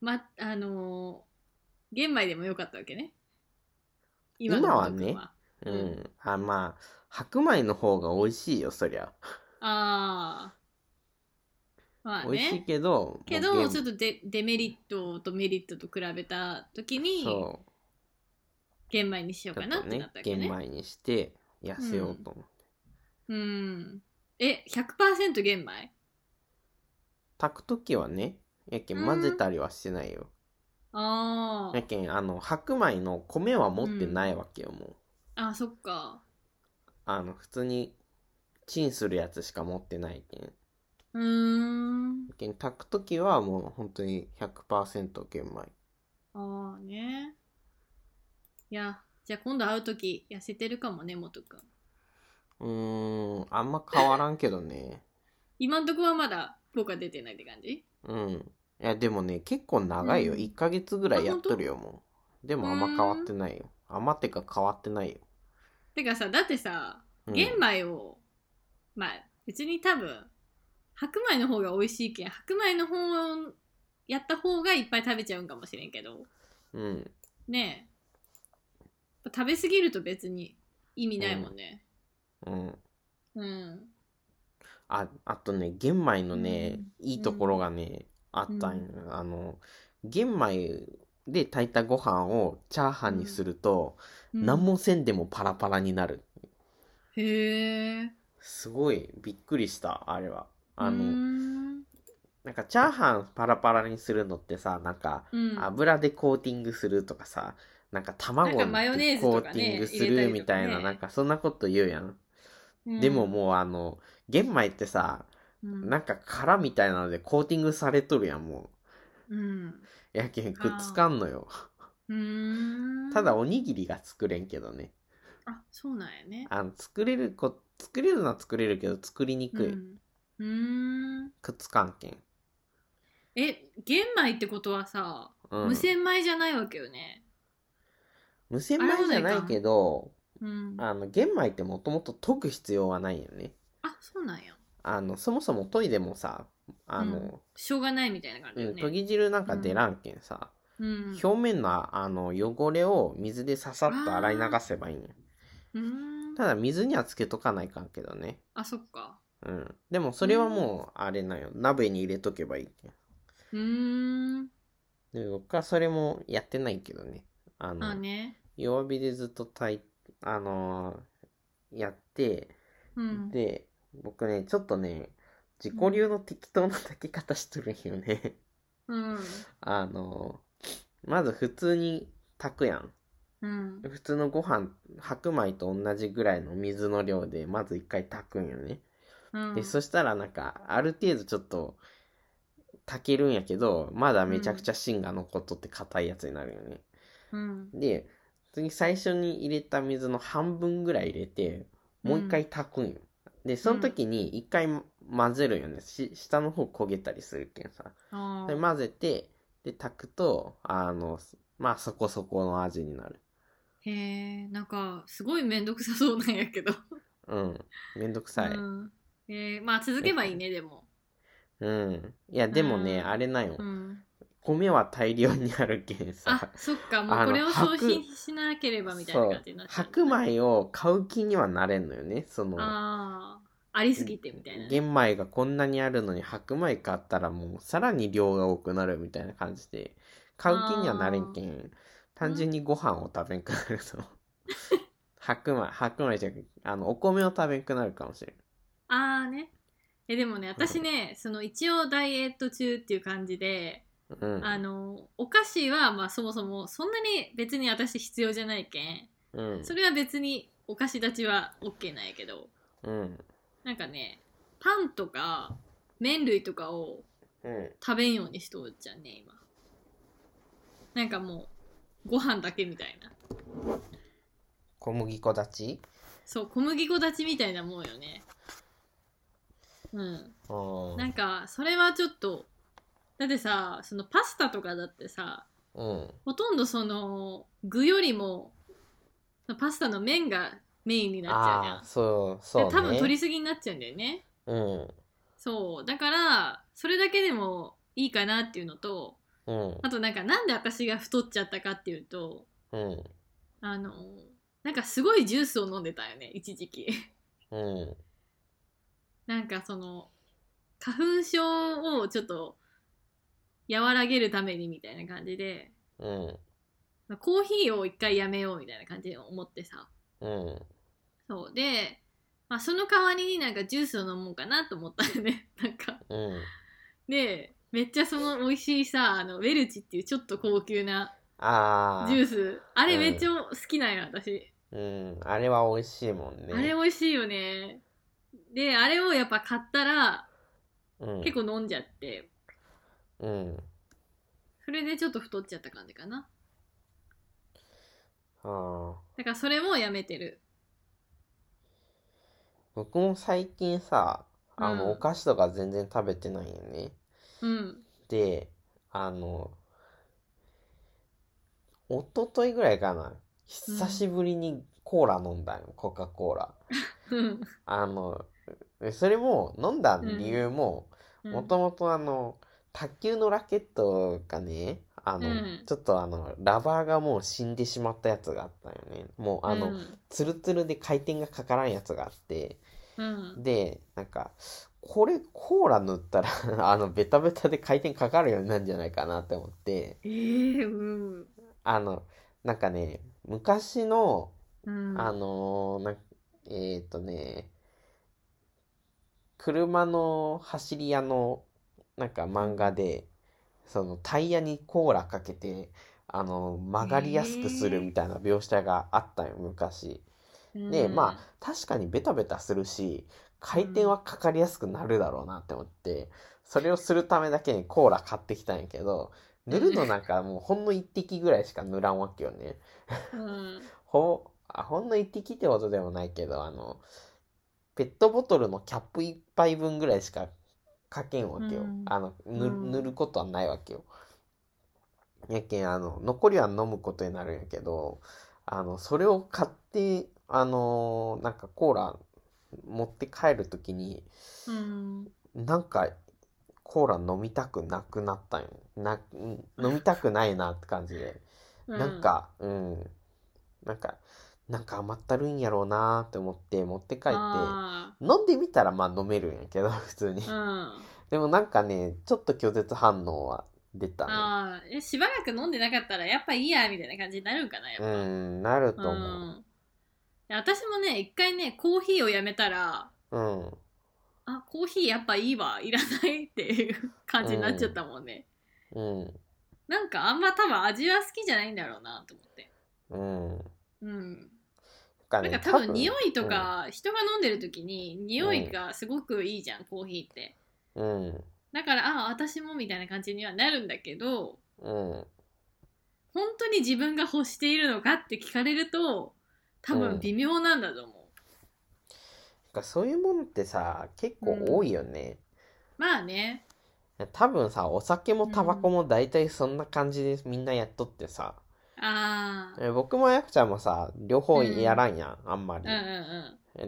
S2: まあのー玄米でもよかったわけねの
S1: 今はね
S2: 僕
S1: う。
S2: うん
S1: あ、まあ、白米の方が美味しいよ、そりゃ。
S2: ああまあ
S1: 美味しい
S2: ね
S1: けど、
S2: けどちょっ
S1: っ
S2: とデデメリットとメリットと比べた時に
S1: そう。
S2: 玄米にしよう
S1: ちょ
S2: か
S1: っ
S2: な
S1: と
S2: って
S1: ね
S2: なったわ、け
S1: 玄
S2: ね
S1: 米にして、痩せようと思って。
S2: うんえ100%玄米
S1: 炊くときはね、やけ
S2: うんん
S1: 混ぜたりはしてないよ。
S2: あ
S1: や
S2: ー
S1: けん、あの、白米の米は持ってないわけよ、もう。
S2: あそっか
S1: あの、普通に、チンするやつしか持ってないけん。
S2: うーん。
S1: けん炊くときはもう本当に100%玄米。
S2: ああね。いや、じゃあ今度会うとき痩せてるかもね、もとくん。
S1: うーん、あんま変わらんけどね。
S2: 今んとこはまだ僕は出てないって感じ
S1: うん。いや、でもね、結構長いよ。
S2: うん
S1: 1ヶ月ぐらいやっとるよ、もう。でもあんま変わってないよ。あんまてか変わってないよ。
S2: てかさ、だってさ、
S1: うん
S2: 玄米を、まあ別に多分白米の方が美味しいけん白米の方をやった方がいっぱい食べちゃうんかもしれんけど
S1: うん。
S2: ねえ食べ過ぎると別に意味ないもんね
S1: うん。
S2: うん、
S1: あ、あとね、玄米のね、いいところがね、あったんよ。あの、玄米で炊いたご飯をチャーハンにすると、
S2: うん
S1: 何もせんでもパラパラになる。
S2: へえ
S1: すごい、びっくりした、あれは。あ
S2: うー
S1: の、
S2: ん
S1: なんかチャーハンパラパラにするのってさ、なんか、
S2: うん
S1: 油でコーティングするとかさなんか卵で
S2: なんかマヨネーズ
S1: コ
S2: と
S1: ー
S2: かね
S1: ティングす
S2: 入れた
S1: る
S2: り
S1: み
S2: とか
S1: た
S2: ね
S1: いななんかそんなこと言うやん、
S2: うん
S1: でももうあの玄米ってさ
S2: うん
S1: なんか殻みたいなのでコーティングされとるやんも
S2: うん
S1: うやけんくっつかんのよ
S2: うーん
S1: ただおにぎりが作れんけどね
S2: あそうなんやね
S1: あの作れるこ作れるのは作れるけど作りにくい、
S2: うんうーん
S1: くっつかんけん、
S2: え玄米ってことはさ、
S1: うん、
S2: 無洗米じゃないわけよね
S1: 無洗米じゃないけど
S2: うん
S1: あの玄米ってもともと溶く必要はないよね
S2: あそうなんや
S1: あのそもそも研いでもさあの、
S2: うんしょうがないみたいな感じ
S1: う
S2: だよ
S1: ん、
S2: ね、
S1: 研ぎ汁なんか出らんけんさ、
S2: うん
S1: 表面のあの汚れを水でささっと洗い流せばいいんよ
S2: うーん
S1: ただ水にはつけとかないかんけどね
S2: あそっか
S1: うんでもそれはもうあれなんよ鍋に入れとけばいいけん
S2: うーん
S1: で僕はそれもやってないけどねあの
S2: あね
S1: 弱火でずっと炊いあのーやって、
S2: うん
S1: で僕ねちょっとね自己流の適当な炊き方しとるんよね
S2: うん
S1: あのーまず普通に炊くやん
S2: うん
S1: 普通のご飯白米と同じぐらいの水の量でまず一回炊くんよね、
S2: うん
S1: でそしたらなんかある程度ちょっと炊けるんやけどまだめちゃくちゃ芯が残っとって硬いやつになるよね、
S2: うん
S1: で次最初に入れた水の半分ぐらい入れてもう一回炊くんよ、でその時に一回混ぜるよねし下の方焦げたりするけんさ
S2: あ
S1: で
S2: ー
S1: 混ぜてで炊くとあのまあそこそこの味になる
S2: へえなんかすごい面倒くさそうなんやけど、
S1: うんめんどくさい、
S2: うんえー、まあ続けばいいねでも
S1: うん。いや、でもね、
S2: うん
S1: あれなんよ
S2: う。ん
S1: 米は大量にあるけん
S2: あ
S1: さ。
S2: そっかも
S1: あ
S2: う
S1: の
S2: これを消
S1: 白
S2: 費しなければみたいな感じになっちゃう
S1: 白米を買う気にはなれんのよね。その、
S2: ああありすぎてみたいな、
S1: 玄米がこんなにあるのに白米買ったらもうさらに量が多くなるみたいな感じで、買う気にはなれんけん、単純にご飯を食べんくなると。 白米、白米じゃなく、あの、お米を食べんくなるかもしれん。
S2: ああねえでもね私ね、その一応ダイエット中っていう感じで、
S1: うん。
S2: あのお菓子はまあそもそもそんなに別に私必要じゃないけん
S1: うん。
S2: それは別にお菓子立ちは OK なんやけど
S1: うん。
S2: なんかねパンとか麺類とかを
S1: うん。
S2: 食べんようにしとるじゃんね今なんかもうご飯だけみたいな
S1: 小麦粉立ち
S2: そう小麦粉立ちみたいなもんよねうん
S1: あー
S2: なんかそれはちょっとだってさそのパスタとかだってさ
S1: うん。
S2: ほとんどその具よりもパスタの麺がメインになっちゃうじゃん
S1: ああー、そう、そう、ね。
S2: で多分取りすぎになっちゃうんだよね
S1: うん。
S2: そうだからそれだけでもいいかなっていうのと
S1: うん。
S2: あとなんかなんで私が太っちゃったかっていうと
S1: うん。
S2: あのなんかすごいジュースを飲んでたよね一時期
S1: うん。
S2: なんかその花粉症をちょっと和らげるためにみたいな感じで
S1: うん。
S2: まあコーヒーを一回やめようみたいな感じで思ってさ
S1: うん。
S2: そうで、まあ、その代わりになんかジュースを飲もうかなと思ったよね なんか
S1: うん。
S2: でめっちゃその美味しいさあのウェルチっていうちょっと高級な
S1: ああ。
S2: ジュースあれ
S1: うん
S2: めっちゃ好きなんよ私、
S1: うん。あれは美味しいもんね。
S2: あれ美味しいよねであれをやっぱ買ったら
S1: うん
S2: 結構飲んじゃって
S1: うん
S2: それでちょっと太っちゃった感じかな
S1: ああ
S2: だからそれもやめてる
S1: 僕も最近さあの、
S2: うん
S1: お菓子とか全然食べてないよね
S2: うん
S1: であの一昨日ぐらいかな久しぶりにコーラ飲んだよ、コカ・コーラ
S2: うん
S1: あのそれも飲んだ理由も、
S2: うん
S1: もともとあの卓球のラケットがねあの、
S2: うん
S1: ちょっとあのラバーがもう死んでしまったやつがあったよねもうあの、
S2: うん
S1: ツルツルで回転がかからんやつがあって
S2: うん
S1: でなんかこれコーラ塗ったら あのベタベタで回転かかるようになるんじゃないかなって思って
S2: えー、うん
S1: あのなんかね昔の
S2: うん
S1: あのーなえっ、とね、車の走り屋のなんか漫画で、そのタイヤにコーラかけて、あのー曲がりやすくするみたいな描写があったよ、昔。で、まあ、確かにベタベタするし、回転はかかりやすくなるだろうなって思って、それをするためだけにコーラ買ってきたんやけど、塗るのなんかもうほんの一滴ぐらいしか塗らんわけよね。
S2: あ、うん、
S1: ほあほんの一滴ってことでもないけどあのペットボトルのキャップ一杯分ぐらいしかかけんわけよ、
S2: うん
S1: あのぬ
S2: うん
S1: 塗ることはないわけよやけんあの残りは飲むことになるんやけどあのそれを買ってあのーなんかコーラ持って帰るときに
S2: うん、
S1: なんかコーラ飲みたくなくなったんよな飲みたくないなって感じで。なんか、うん。なんか、なんか甘ったるいんやろうなーって思って持って帰って、
S2: あ
S1: 飲んでみたらまあ飲めるんやけど、 普通に
S2: ー。うん、
S1: でもなんかね、ちょっと拒絶反応は出たね。
S2: あーえしばらく飲んでなかったらやっぱいいやみたいな感じになるんかなや
S1: う
S2: っぱ、
S1: ん、なると思
S2: んいや私もね一回ねコーヒーをやめたら
S1: う。うん。
S2: あコーヒーやっぱいいわいらないっていう感じになっちゃったもんね、
S1: うん。
S2: なんかあんま多分味は好きじゃないんだろうなと思って
S1: うん。
S2: うん
S1: な
S2: なんか多分匂いと、か、人が飲んでる時に匂いがすごくいいじゃん、コーヒーって
S1: うん。
S2: だからあ私もみたいな感じにはなるんだけど
S1: うん。
S2: 本当に自分が欲しているのかって聞かれると
S1: う
S2: 多
S1: ん
S2: 分微妙なんだと思う、
S1: なんかそういうものってさ、結構多いよね。
S2: まあね
S1: 多分さ、お酒もタバコも大体そんな感じでみんなやっとってさ。
S2: ああ
S1: え僕もあやくちゃんもさ、両方やらんやん、あんまり
S2: うん。う
S1: え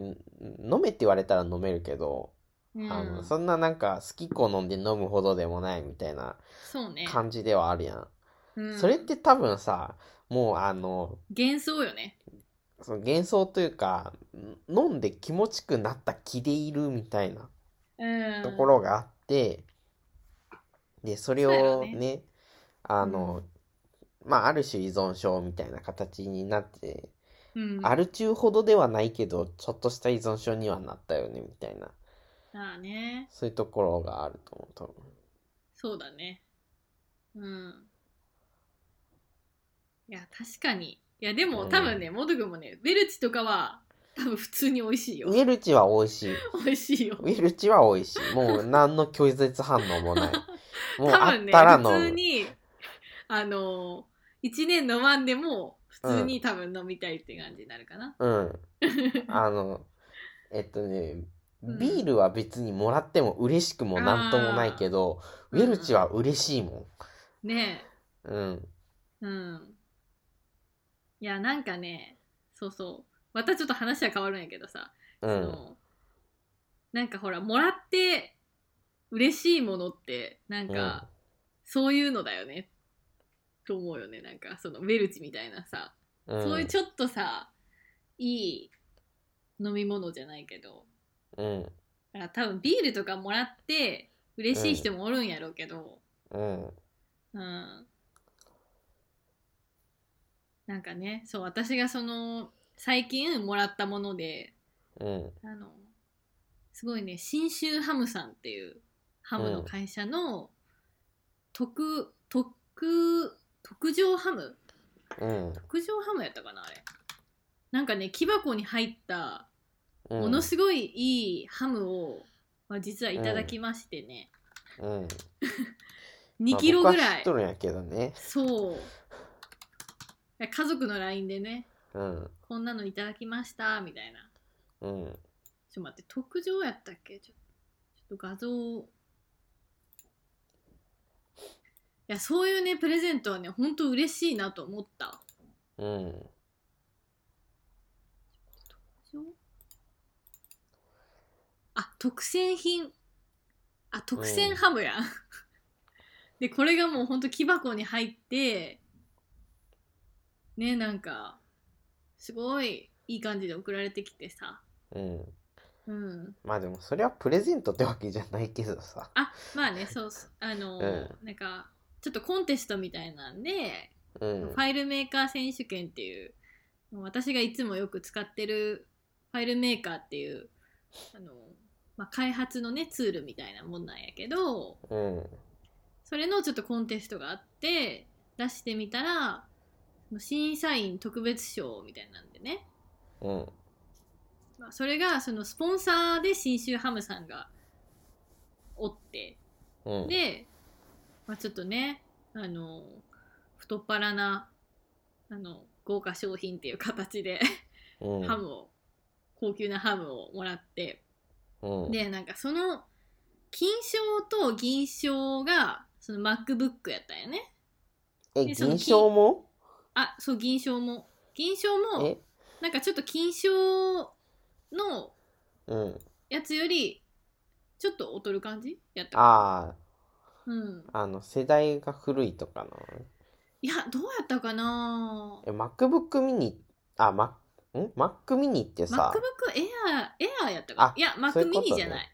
S1: 飲めって言われたら飲めるけど、
S2: んうん
S1: あ
S2: う
S1: の
S2: ん
S1: そんななんか好き好んで飲むほどでもないみたいな
S2: そうね、
S1: 感じではあるやん、
S2: うん
S1: それって多分さもうあの
S2: 幻想よね
S1: その幻想というかん飲んで気持ちくなった気でいるみたいな
S2: うん
S1: ところがあって、でそれ
S2: そうやろ
S1: を
S2: ね
S1: ねあの、まあある種依存症みたいな形になって、
S2: うん
S1: アル中ほどではないけどちょっとした依存症にはなったよねみたいな
S2: ああね
S1: そういうところがあると思う多分。
S2: そうだねうんいや確かにいやでも、
S1: うん
S2: 多分ねモト君もねベルチとかは多分普通に美味しいよ
S1: ウェルチは美味しい。
S2: 美味しいよ
S1: ウェルチは美味しい。もう何の拒絶反応もない。もう
S2: 多
S1: あ
S2: 分
S1: っ
S2: ね
S1: たら
S2: 普
S1: 飲む。
S2: 通にあの1年飲まんでも普通に多分飲みたいって感じになるかな、
S1: うん。あの、えっとね、
S2: うん
S1: ビールは別にもらっても嬉しくもなんともないけど、
S2: あ
S1: ウ
S2: ー
S1: ェルチは嬉しいも
S2: ねえ
S1: ん。うん。
S2: うん。いや、なんかね、そうそう。またちょっと話は変わるんやけどさ、
S1: う
S2: そ
S1: ん。
S2: のなんかほら、もらって嬉しいものって、なんか、そういうのだよね。と思うよね。なんか、その、ウェルチみたいなさ、
S1: うん。
S2: そういうちょっとさ、いい飲み物じゃないけど、
S1: うん。
S2: だから多分ビールとかもらって嬉しい人もおるんやろうけど、
S1: うん。
S2: うんなんかねそう私がその最近もらったもので
S1: うん。
S2: あのすごいね信州ハムさんっていうハムの会社の特、特特上ハム
S1: うん。
S2: 特上ハムやったかなあれなんかね木箱に入った
S1: うん。
S2: ものすごいいいハムをまあ、実はいただきましてね、
S1: うん。
S2: 2キロぐ
S1: まあ僕は
S2: ら
S1: 知
S2: い
S1: っとるんやけどね。
S2: そう家族の LINE でね
S1: うん。
S2: こんなのいただきましたみたいな
S1: うん。
S2: ちょっと待って特上やったっけちょちょっと画像をいやそういうねプレゼントはねほんと嬉しいなと思った
S1: うん。
S2: 特上あ特選品あ特選ハムや、 でこれがもうほんと木箱に入ってねなんかすごいいい感じで送られてきてさ
S1: うん。
S2: うん
S1: まあでもそれはプレゼントってわけじゃないけどさ。
S2: あまあねそうそうあの、なんかちょっとコンテストみたいなんで、
S1: うん
S2: フ。ァイルメーカー選手権っていう私がいつもよく使ってるファイルメーカーっていうあの、まあ、開発のねツールみたいなもんなんやけど
S1: うん。
S2: それのちょっとコンテストがあって出してみたら審査員特別賞みたいなんでね、
S1: うん。
S2: まあ、それがそのスポンサーで信州ハムさんがおって。
S1: うん。
S2: で、まあ、ちょっとねあの太っ腹なあの豪華商品っていう形で、
S1: うん。
S2: ハムを高級なハムをもらって、
S1: うん。
S2: でなんかその金賞と銀賞がその MacBook やったんよね
S1: え、
S2: でその
S1: 銀賞も
S2: あそう銀賞も銀賞も
S1: え
S2: なんかちょっと金賞の
S1: うん。
S2: やつよりちょっと劣る感じやった
S1: あ
S2: うん
S1: あ、あの、世代が古いとかな。
S2: いやどうやったかな
S1: え、MacBook mini、あ、マん ?Mac mini ってさ
S2: MacBook、Air, Air やったか
S1: あ
S2: いや、
S1: そうい
S2: Mac
S1: うことね
S2: mini じゃない。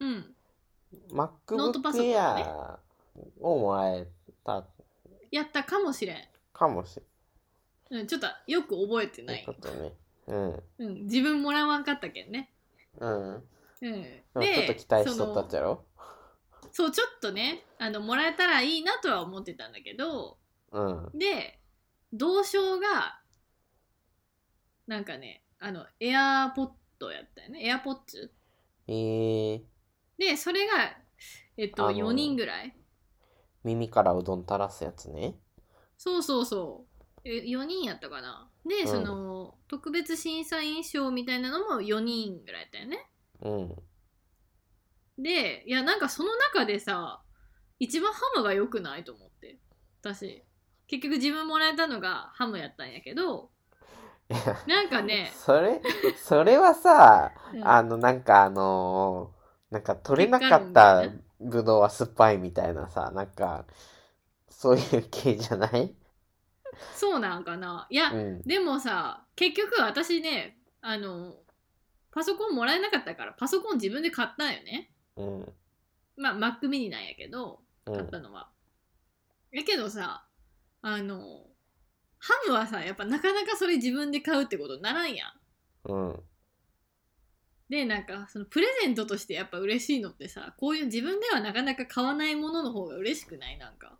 S2: うん。ノート
S1: MacBook
S2: パソコンね
S1: Air をもらえた
S2: やったかもしれん。
S1: かもし
S2: うん、ちょっとよく覚えて
S1: れな
S2: ないい
S1: こ。とね。うん。
S2: うん、自分もらわんかったけんね。
S1: うん。
S2: うん。
S1: でもちょっと期待しとったっちゃろ
S2: そのそう、ちょっとね、あの、もらえたらいいなとは思ってたんだけど、
S1: うん。
S2: で、同賞が、なんかね、あの、AirPod やったよね。AirPods。
S1: えー、
S2: で、それが、えっ
S1: あ
S2: と、
S1: の
S2: 4人ぐらい。
S1: 耳からうどん垂らすやつね。
S2: そうそうそう。え4人やったかな。で、
S1: うん
S2: その特別審査員賞みたいなのも4人ぐらいやったよね。
S1: うん。、
S2: で、いやなんかその中でさ、一番ハムが良くないと思って。私。結局自分もらえたのがハムやったんやけど、なんかね
S1: それ、それはさ、
S2: うん
S1: あの、なんかあのーなんか取れなかった
S2: 結果論み
S1: ぶどうは酸っぱいみたいなさ、なんか、そういう系じゃない
S2: そうなんかな。いや、
S1: うん。
S2: でもさ、結局私ね、あの、パソコンもらえなかったから、パソコン自分で買ったんよね。
S1: うん。
S2: まあ、Mac mini なんやけど、
S1: う
S2: 買っ
S1: ん。
S2: たのは。やけどさあのハムはさやっぱなかなかそれ自分で買うってことならんやん。
S1: うん。
S2: でなんかそのプレゼントとしてやっぱ嬉しいのってさこういう自分ではなかなか買わないものの方が嬉しくないなんか。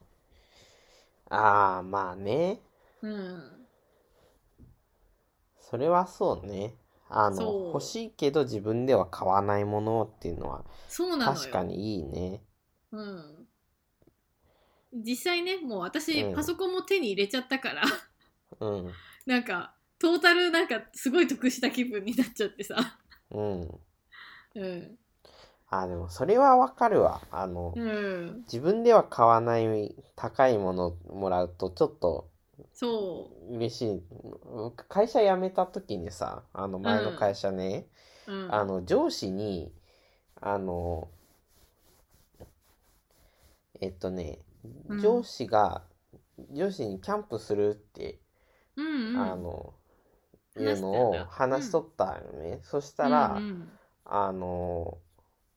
S1: ああ、まあね。
S2: うん。
S1: それはそうね。あ
S2: そう
S1: の、欲しいけど自分では買わないものっていうのは
S2: そうなのよ。
S1: 確かにいいね。
S2: うん。実際ねもう私、
S1: うん
S2: パソコンも手に入れちゃったから
S1: うん。
S2: なんかトータルなんかすごい得した気分になっちゃってさ。
S1: うん。
S2: うん。
S1: あー、でもそれはわかるわ。あの、
S2: うん。
S1: 自分では買わない高いものをもらうとちょっと
S2: そ
S1: 嬉しい。僕会社辞めた時にさ、あの前の会社ね、
S2: う。うん。
S1: あの上司に、あの、えっとね
S2: う、ん
S1: 上司が、上司にキャンプするって、
S2: うんうん、
S1: あの、いう
S2: 話してた
S1: の
S2: ん
S1: を
S2: だ
S1: 話しとったよね。そしたら、
S2: うんうん
S1: あの、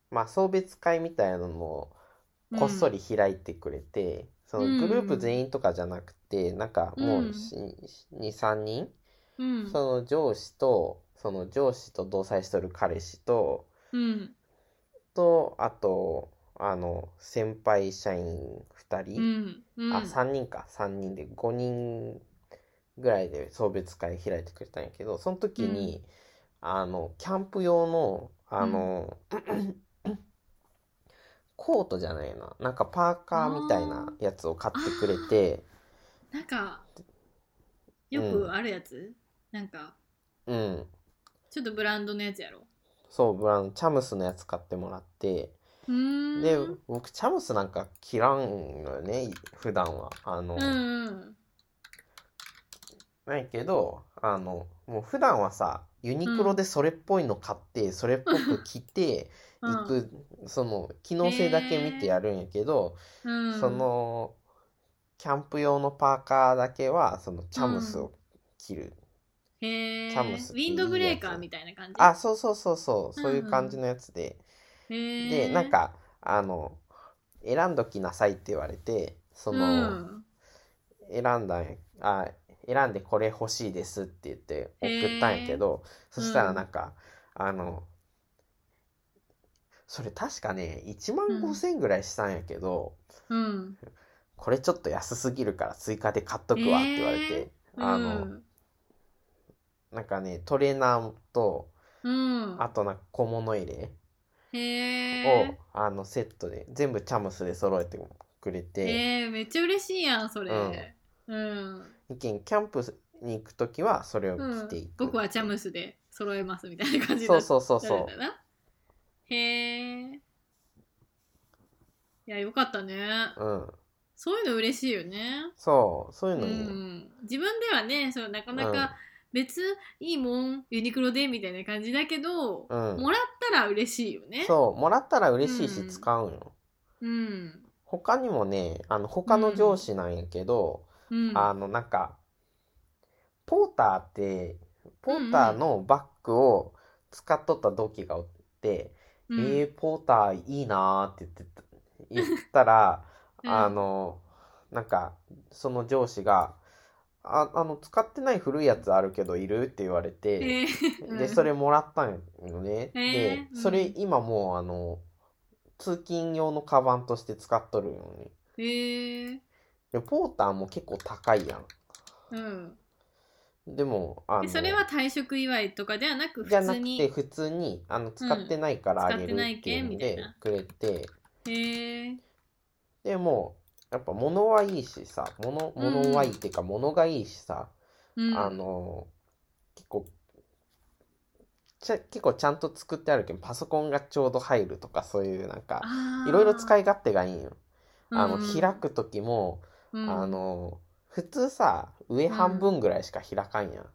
S1: まあ、送別会みたいなのを、こっそり開いてくれて、そのグループ全員とかじゃなくて、なんかもう
S2: うん
S1: 2、3人、
S2: うん、うん、
S1: その上司と、その上司と同棲しとる彼氏と、
S2: うん、
S1: と、あと、あの、先輩社員2
S2: う
S1: 人、
S2: ん、うん、
S1: あ、3人か、3人で5人ぐらいで送別会開いてくれたんやけど、その時に、あの、キャンプ用の、あの、 コートじゃないな。なんかパーカーみたいなやつを買ってくれて、
S2: なんかよくあるやつ、なんか
S1: うん。
S2: ちょっとブランドのやつやろ
S1: そう、ブランチャムスのやつ買ってもらって、
S2: うーん
S1: で
S2: うん、
S1: 僕、チャムスなんか着らんのよね、普段は。あの、
S2: うん
S1: ないけど、あの、もう普段はさ、ユニクロでそれっぽいの買って、それっぽく着て、
S2: うん
S1: 行く、その、機能性だけ見てやるんやけど、
S2: うん
S1: その、キャンプ用のパーカーだけは、その、チャムスを着る。
S2: へえ
S1: チャムス
S2: ウィンドブレーカーみたいな感じ
S1: あ、そうそうそうそう、そういう感じのやつで。
S2: へえ
S1: で、なんか、あの、選んどきなさいって言われて、その、
S2: うん
S1: 選んだんやあ選んでこれ欲しいですって言って送ったんやけど、そしたらなんか、あのそれ確かね1万
S2: うん
S1: 5,000円ぐらいしたんやけど、
S2: うん
S1: これちょっと安すぎるから追加で買っとくわって言われて、
S2: うん
S1: あの、なんかねトレーナーと
S2: うん
S1: あとなんか小物入れ
S2: へ
S1: を、
S2: え
S1: あのセットで全部チャムスで揃えてくれて。
S2: へえめっちゃ嬉しいやんそれうん、
S1: 意見キャンプに行く時はそれを
S2: う
S1: 着
S2: ん
S1: ていく、
S2: 僕はチャムスで揃えますみたいな感じ
S1: そう
S2: う
S1: そうそうそう
S2: へえいやよかったね
S1: うん
S2: そういうの嬉しいよね
S1: そうそういううのいいよ、
S2: ん自分ではねそうなかなか別いいもんユニクロでみたいな感じだけど、
S1: うん
S2: もらったら嬉しいよね
S1: そうもらったら嬉しい
S2: うん
S1: し使うんよ、
S2: うん、
S1: 他にもねあの他の上司なんやけど、
S2: うん、
S1: あのなんかポーターってポーターのバッグを使っとった同期がおって「
S2: うん、
S1: えー、ポーターいいな」って言ってた言ったら、
S2: うん
S1: あのなんかその上司が「ああの使ってない古いやつあるけどいる?」って言われて。
S2: えー
S1: で、それもらったんよね。
S2: へ
S1: で
S2: ー、
S1: それ
S2: うん
S1: 今もうあの、通勤用のカバンとして使っとるよね。
S2: えー、
S1: で、ポーターも結構高いやん。
S2: うん
S1: でも、あ
S2: え
S1: の、
S2: それは退職祝いとかではなく
S1: じゃ
S2: 普
S1: な
S2: 通
S1: くて
S2: に
S1: 普通に、あの、使ってないからあげるっていうん
S2: 使ってないけみたい
S1: で
S2: な
S1: くれて、
S2: へえー、
S1: でもう、やっぱ物はいいしさ、物、物はいいっていうか物がいいしさ、
S2: うん、
S1: あの、結構、ちゃ結構ちゃんと作ってあるけど、パソコンがちょうど入るとか、そういうなんか、いろいろ使
S2: い、
S1: い勝手がいいんよ。あの、
S2: うん
S1: 開、くときも、
S2: うん、
S1: あの、普通さ、上半分ぐらいしか開かんやん。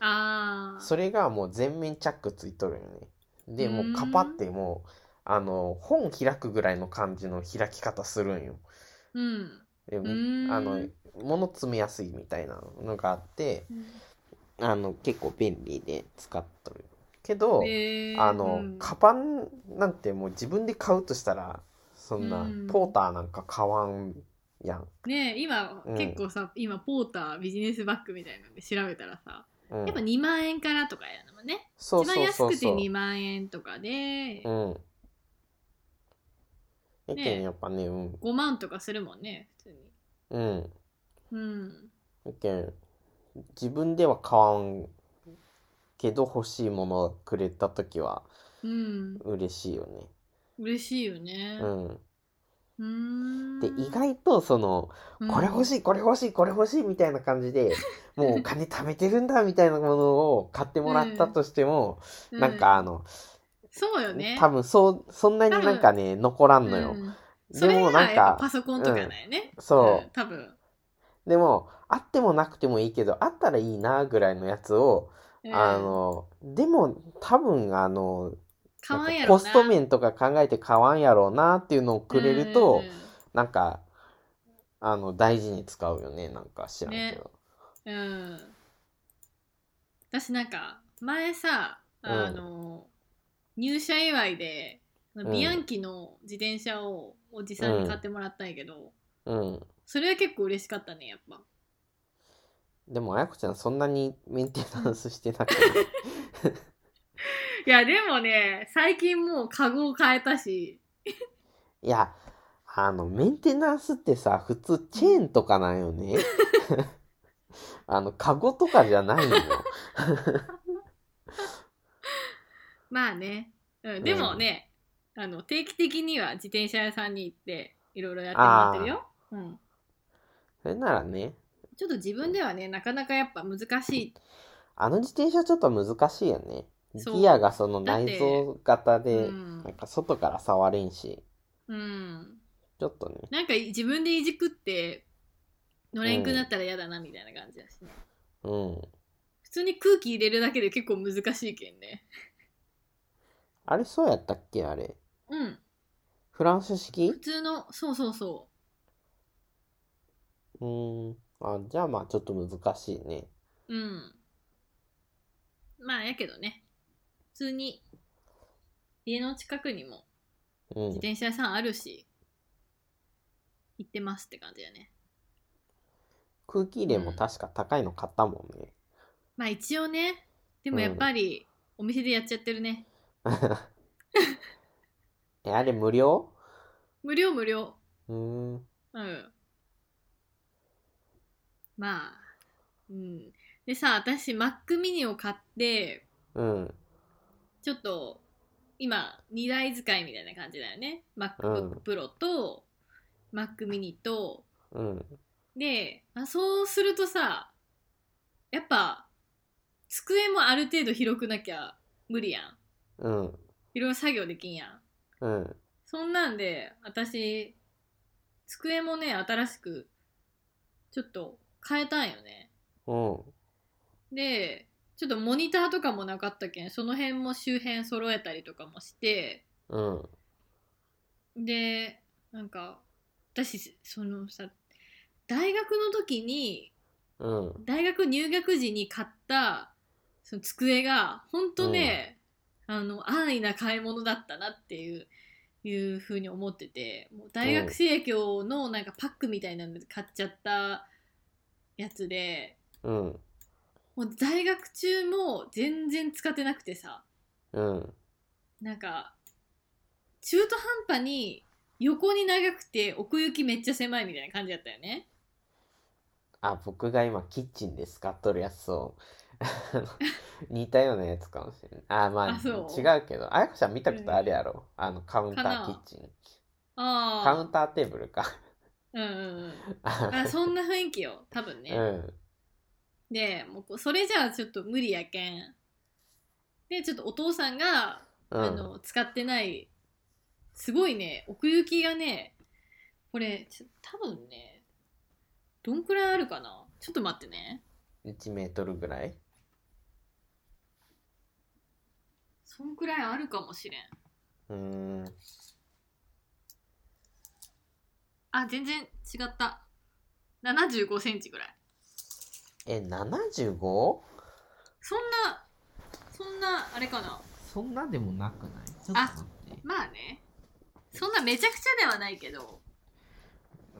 S2: あー
S1: それがもう全面チャックついとるよね。で、もううんカパってもう、あの、本開くぐらいの感じの開き方するんよ。
S2: うん
S1: で
S2: ーん
S1: あの、物詰めやすいみたいなのがあって、あの、結構便利で使っとる。けど、
S2: えー、
S1: あの、
S2: うん
S1: カバンなんてもう自分で買うとしたら、そんな
S2: うん、
S1: ポーターなんか買わんやん。
S2: ねえ今、
S1: うん
S2: 結構さ今ポータービジネスバッグみたいなので調べたらさ、
S1: うん
S2: やっぱ2万円からとかやのもね
S1: そうそう
S2: 一番
S1: そ
S2: 安
S1: う
S2: くて
S1: そう。
S2: 2万円とかで、
S1: うん。や
S2: ね
S1: けんやっぱね、うん。
S2: 5万とかするもんね普通に
S1: うん。
S2: うん
S1: やけん、自分では買わんけど欲しいものをくれたときは
S2: うん
S1: 嬉しいよね。
S2: 嬉しいよね
S1: うん。
S2: うーん
S1: で、意外とその、
S2: うん
S1: これ欲しい、これ欲しい、これ欲しいみたいな感じで、もうお金貯めてるんだみたいなものを買ってもらったとしても、
S2: う
S1: なんかあの、
S2: そうよね
S1: 多分そう、そんなになんかね、残らんのよ。
S2: うんそ
S1: で
S2: れ
S1: も
S2: が
S1: なん
S2: やっぱ
S1: か、
S2: パソコンとかだよね、
S1: そう。
S2: ん多分、
S1: でも、あってもなくてもいいけど、あったらいいなぐらいのやつを、
S2: うん
S1: あの、でも多分あの、
S2: 買わんや
S1: なんか
S2: ろ
S1: コ
S2: な
S1: スト面とか考えて買わんやろうなっていうのをくれると、なんか、あの、大事に使うよね、なんか知らんけど。
S2: うん、うん私なんか前さあの、入社祝いであの
S1: うん
S2: ビアンキの自転車をおじさんに買ってもらったんやけど、
S1: うん。
S2: それは結構嬉しかったねやっぱ
S1: でも、あやこちゃんそんなにメンテナンスしてなくて。
S2: いやでもね最近もうカゴを変えたし
S1: いや、あの、メンテナンスってさ、普通チェーンとかなんよ ね。あの、カゴとかじゃないのよ。
S2: まあね、うん、でもね、あの定期的には自転車屋さんに行っていろいろやってもらってるよ、うん、
S1: それならね、
S2: ちょっと自分ではねなかなかやっぱ難しい
S1: あの自転車ちょっと難しいよね。
S2: そう
S1: ギアがその
S2: だっ
S1: 内
S2: て
S1: 蔵型で
S2: う、ん
S1: なんか外から触れんし、
S2: うん、
S1: ちょっとね、
S2: なんか自分でいじくって乗れんくなったら嫌だなみたいな感じだしね、
S1: うん。
S2: 普通に空気入れるだけで結構難しいけんね
S1: あれそうやったっけあれ。
S2: うん
S1: フランス式
S2: 普通のそうそうそう
S1: ーん。あ、じゃあまあちょっと難しいね。
S2: ううんまあやけどね普通に家の近くにも
S1: う
S2: 自
S1: ん。
S2: 転車屋さんあるし、行ってますって感じだね
S1: 空気入れも確か高いの買ったもん ね。
S2: まあ一応ねでもやっぱりお店でやっちゃってるね、
S1: え、あれ無料
S2: 無料無料
S1: うーん。
S2: うんまあうんでさ私 Mac mini を買って
S1: うん。
S2: ちょっと今2台使いみたいな感じだよね
S1: うん
S2: MacBookPro と Mac mini と
S1: うん。
S2: で、まあ、そうするとさやっぱ机もある程度広くなきゃ無理やん
S1: うん。
S2: いろいろ作業できんやん
S1: うん。
S2: そんなんで私机もね新しくちょっと変えたんよね
S1: うん。
S2: でちょっとモニターとかもなかったけんその辺も周辺揃えたりとかもして
S1: うん。
S2: でなんか私そのさ大学の時に
S1: うん。
S2: 大学入学時に買ったその机がほんとね、あの安易な買い物だったなっていういうふうに思っててもう大学生協のなんかパックみたいなので買っちゃったやつで
S1: うん。
S2: もう大学中も全然使ってなくてさ
S1: うん。
S2: なんか中途半端に横に長くて奥行きめっちゃ狭いみたいな感じだったよね。
S1: あ、僕が今キッチンで使っとるやつを 似たようなやつかもしれない。あ、まあ
S2: あそう
S1: 違うけど、あやこちゃん見たことあるやろ。あのカウンタ
S2: か
S1: ー
S2: な
S1: キッチン。
S2: あ
S1: カウンターテーブルか。
S2: ーうんうんうん あそんな雰囲気よ多分ね。
S1: うん。
S2: でもうこうそれじゃあちょっと無理やけんでちょっとお父さんが、
S1: う
S2: あ
S1: ん。
S2: の使ってないすごいね奥行きがねこれちょ多分ねどんくらいあるかなちょっと待ってね
S1: 1メートルぐらい。
S2: そんくらいあるかもしれん
S1: うーん。
S2: あ全然違った7 5センチぐらい
S1: え、75?
S2: そんなそんなあれかな
S1: そんなでもなくないちょっと
S2: あ
S1: 待って。
S2: まあねそんなめちゃくちゃではないけど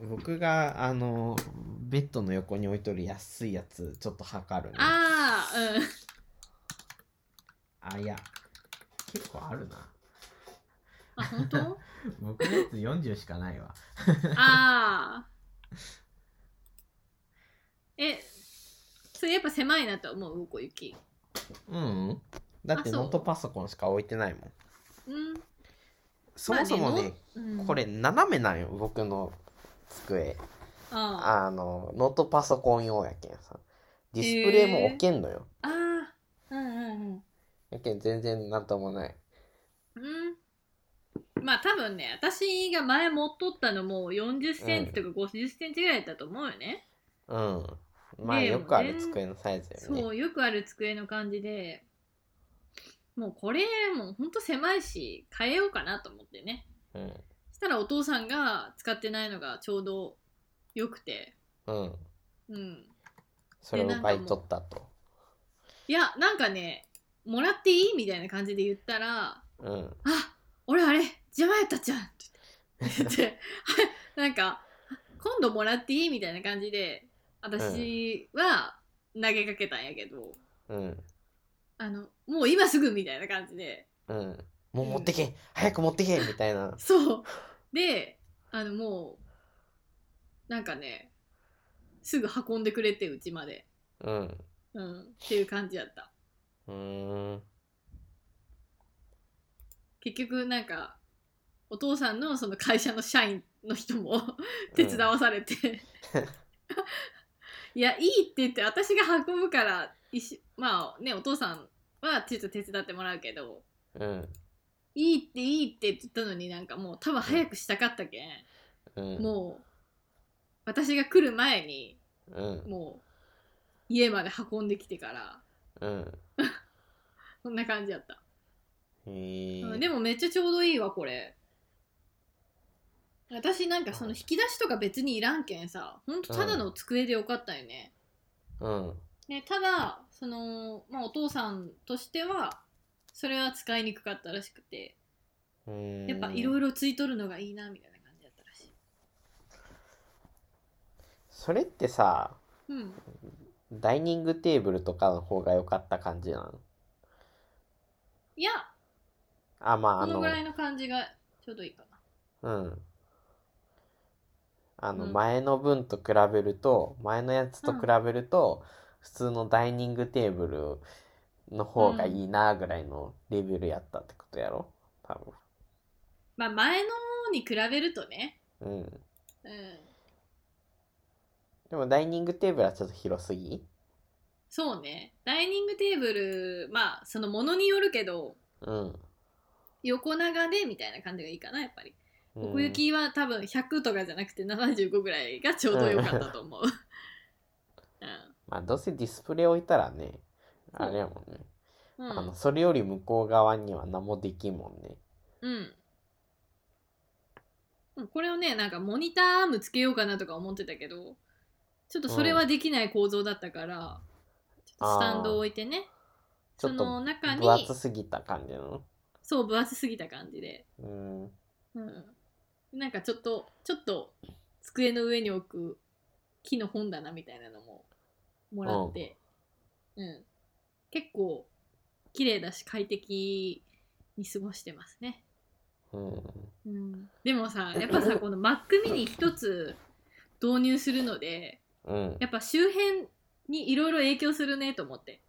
S1: 僕が、あの、ベッドの横に置いとる安いやつ、ちょっと測るね。
S2: ああうん
S1: あ、いや、結構あるな。
S2: あ本 当
S1: 僕のやつ40しかないわ。
S2: ああ。え、それやっぱ狭いなと思う、うこゆき。
S1: うん、うん。だって
S2: あそう
S1: ノートパソコンしか置いてないもん。
S2: うん。
S1: そもそも
S2: まあ
S1: ね
S2: ね、うん
S1: こ。れ斜めなんよ、僕の机。
S2: あ
S1: あの、ノートパソコン用やけんさ。ディスプレイも置けんのよ。
S2: あ。ああ。うんうん
S1: やけん全然なんともない。
S2: うん。うん。まあ多分ね、私が前持っとったのも40センチとか50センチぐらいだと思うよね。
S1: うん。まあ
S2: ねえ
S1: よくあ
S2: 全
S1: る
S2: 然
S1: 机のサイズよね。
S2: そう、よくある机の感じで、もうこれ、もうほんと狭いし、変えようかなと思ってね。
S1: うん。
S2: したらお父さんが使ってないのがちょうどよくて、
S1: うん。
S2: うん。
S1: それを
S2: でなんか
S1: 奪
S2: もう
S1: い取ったと。
S2: いやなんかねもらっていいみたいな感じで言ったら
S1: うん。
S2: 「あ俺あれ邪魔やったじゃん」って言って なんか「今度もらっていい?」みたいな感じで私は投げかけたんやけど、
S1: うん。
S2: あのもう今すぐみたいな感じで
S1: うん。もう持ってけ早く持ってけみたいな。
S2: そうであのもうなんかねすぐ運んでくれてうちまで、
S1: うん。
S2: うん、っていう感じやった
S1: うーん。
S2: 結局なんかお父さんのその会社の社員の人も手伝わされて、 いやいいって言って私が運ぶから一緒まあねお父さんはちょっと手伝ってもらうけど
S1: うん
S2: いいっていいって言ったのになんかもう多分早くしたかったけん、
S1: うん
S2: もう私が来る前に
S1: うん
S2: もう家まで運んできてから
S1: うん
S2: そんな感じだった、
S1: へえ
S2: うんでもめっちゃちょうどいいわこれ私なんかその引き出しとか別にいらんけんさほんとただの机でよかったよね、
S1: うん
S2: ね、ただその、まあ、お父さんとしてはそれは使いにくかったらしくて
S1: うん
S2: やっぱいろいろついとるのがいいなみたいな感じだったらしい
S1: それってさ
S2: うん
S1: ダイニングテーブルとかの方が良かった感じなの
S2: いや
S1: あまあ
S2: こ
S1: あ
S2: の
S1: の
S2: ぐらいの感じがちょうどいいかな
S1: うんあの
S2: うん
S1: 前の分と比べると前のやつと比べると普通のダイニングテーブルの方がいいなぐらいのレベルやったってことやろ多
S2: まあ前のに比べるとね
S1: 分うん
S2: うん
S1: でもダイニングテーブルはちょっと広すぎ
S2: そうねダイニングテーブルまあそのものによるけど
S1: うん
S2: 横長でみたいな感じがいいかなやっぱり
S1: うん
S2: 奥行きは多分100とかじゃなくて75ぐらいがちょうどよかったと思う、 う
S1: まあどうせディスプレイ置いたらねあれやもんね
S2: んうん、
S1: あのそれより向こう側には何もできんもんね
S2: うん。うんこれをね、なんかモニターアームつけようかなとか思ってたけど、ちょっとそれはできない構造だったから、ちょっとスタンドを置いてね、
S1: ちょ
S2: そ
S1: っ
S2: の
S1: と
S2: 中に
S1: 分、厚すぎた感じなの
S2: そう、分厚すぎた感じで、
S1: うん
S2: うん。なんかちょっと、ちょっと机の上に置く木の本棚みたいなのももらって、うん。結構、綺麗だし快適に過ごしてますね。
S1: うん
S2: うんでもさやっぱ さこの Mac mini 一つ導入するので
S1: うん
S2: やっぱ周辺にいろいろ影響するねと思って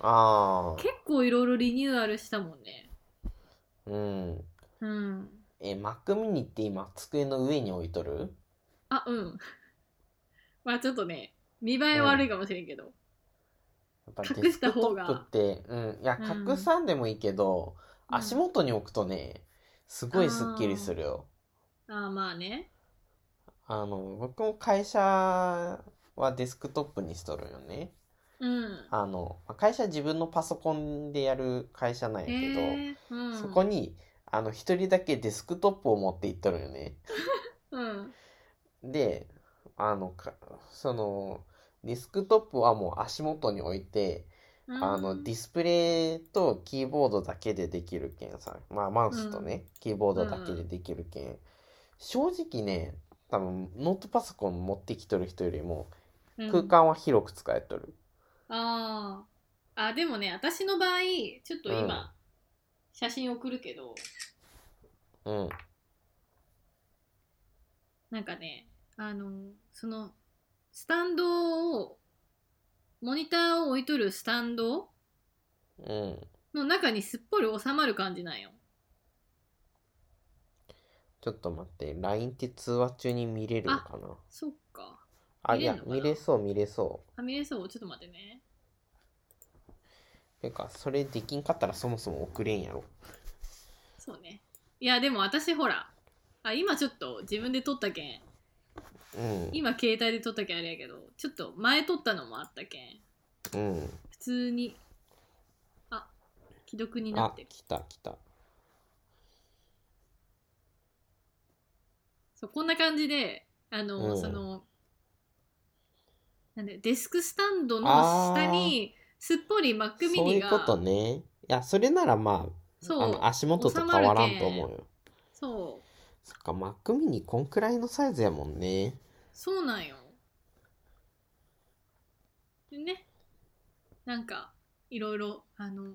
S1: ああ
S2: 結構いろいろリニューアルしたもんね
S1: うん
S2: うん
S1: え、Mac mini って今、机の上に置いとる
S2: あうん まあちょっとね見栄え悪いかもしれんけど、
S1: やっぱ
S2: 隠した方が
S1: デスクトップって、うん、いや、
S2: うん
S1: 隠さんでもいいけど、
S2: うん
S1: 足元に置くとね、すごいスッキリするよ。
S2: あーまあね
S1: あの、僕も会社はデスクトップにしとるよね。
S2: うん
S1: あの、まあ会社は自分のパソコンでやる会社なんや
S2: へ
S1: けど、
S2: えうん、
S1: そこに、あの、一人だけデスクトップを持っていっとるよね。
S2: うん
S1: で、あの、かその、デスクトップはもう足元に置いて、あのディスプレイとキーボードだけでできるけんさまあマウスとね、キーボードだけでできるけん、正直ね多分ノートパソコン持ってきとる人よりも
S2: うん
S1: 空間は広く使えとる
S2: あーあでもね私の場合ちょっと今、写真送るけど
S1: うん
S2: なんかね、あの、その、スタンドを、モニターを置いとるスタンド
S1: うん
S2: の中にすっぽり収まる感じなんよ。
S1: ちょっと待って LINE って通話中に見れるのかな
S2: そっか。
S1: あ
S2: 見
S1: い
S2: れ
S1: や
S2: んのかな
S1: 見れそう見れそ
S2: はみ出そうちょっと待ってね。
S1: うてかそれできんかったらそもそも送れんやろ
S2: そうね。いや、でも私ほら、あ今ちょっと自分で撮ったけん、
S1: うん
S2: 今携帯で撮ったけんあれやけど、ちょっと前撮ったのもあったけん、
S1: うん
S2: 普通に、あ、既読になっ
S1: あ
S2: てる。
S1: 来た来た
S2: そうこんな感じで、あの、
S1: うん
S2: その、なんで、デスクスタンドの下に、すっぽり Mac
S1: そう
S2: mini
S1: いう
S2: が、
S1: ことねいやそれならまあ
S2: そう
S1: あの足元と変わらんと思うよ
S2: そう、
S1: そっか、Mac mini こんくらいのサイズやもんね。
S2: そうなんよ。でね、なんか、いろいろ、あの、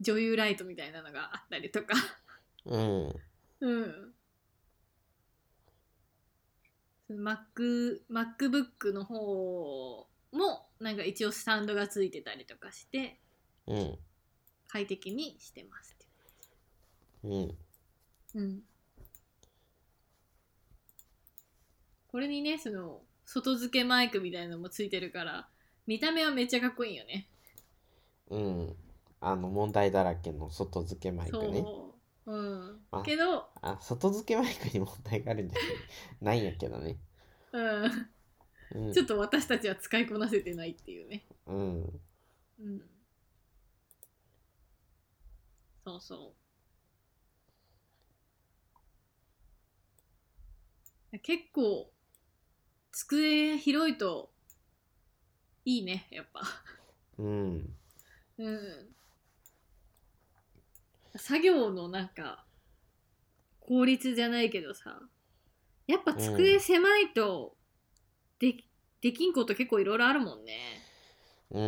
S2: 女優ライトみたいなのがあったりとか、
S1: うん。
S2: うん。その Mac、MacBook の方も、なんか一応スタンドがついてたりとかして、
S1: うん。
S2: 快適にしてますって
S1: うん。
S2: うんこれにねその外付けマイクみたいなのもついてるから見た目はめっちゃかっこいいよね
S1: うん。あの、問題だらけの外付けマイクね。
S2: そううん
S1: あ
S2: けど
S1: あ、外付けマイクに問題があるんじゃないないんやけどね。
S2: うん
S1: うん。
S2: ちょっと私たちは使いこなせてないっていうね
S1: うん。
S2: うんそうそう結構机広いといいねやっぱ
S1: うん。
S2: うん作業のなんか効率じゃないけどさやっぱ
S1: う
S2: 机
S1: ん
S2: 狭いとで,、できんこと結構いろいろあるもんね
S1: う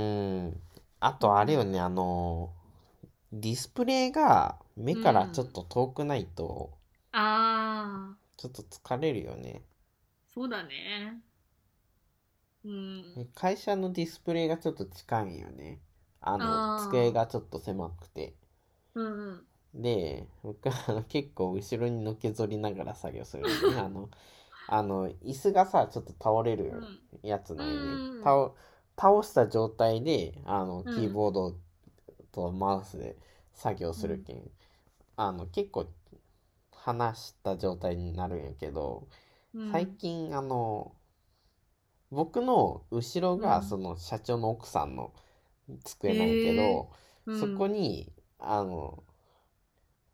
S1: ん。あと、あれよね、あの、ディスプレイが目からちょっと遠くないと、
S2: ああ
S1: ちょっと疲れるよね。
S2: そうだねうん
S1: 会社のディスプレイがちょっと近いよね。あの、
S2: あー
S1: 机がちょっと狭くて。
S2: うんうん
S1: で、僕はあの結構後ろにのけぞりながら作業するよね。あの、あの、椅子がさ、ちょっと倒れる
S2: うん
S1: やつない
S2: うん
S1: ね。倒、倒した状態で、あの、
S2: ん
S1: キーボードとマウスで作業するけん。あの、結構、離した状態になるんやけど、
S2: うん
S1: 最近あの僕の後ろ
S2: う
S1: が
S2: ん
S1: その社長の奥さんの机なんやけど、
S2: うん
S1: そこにあの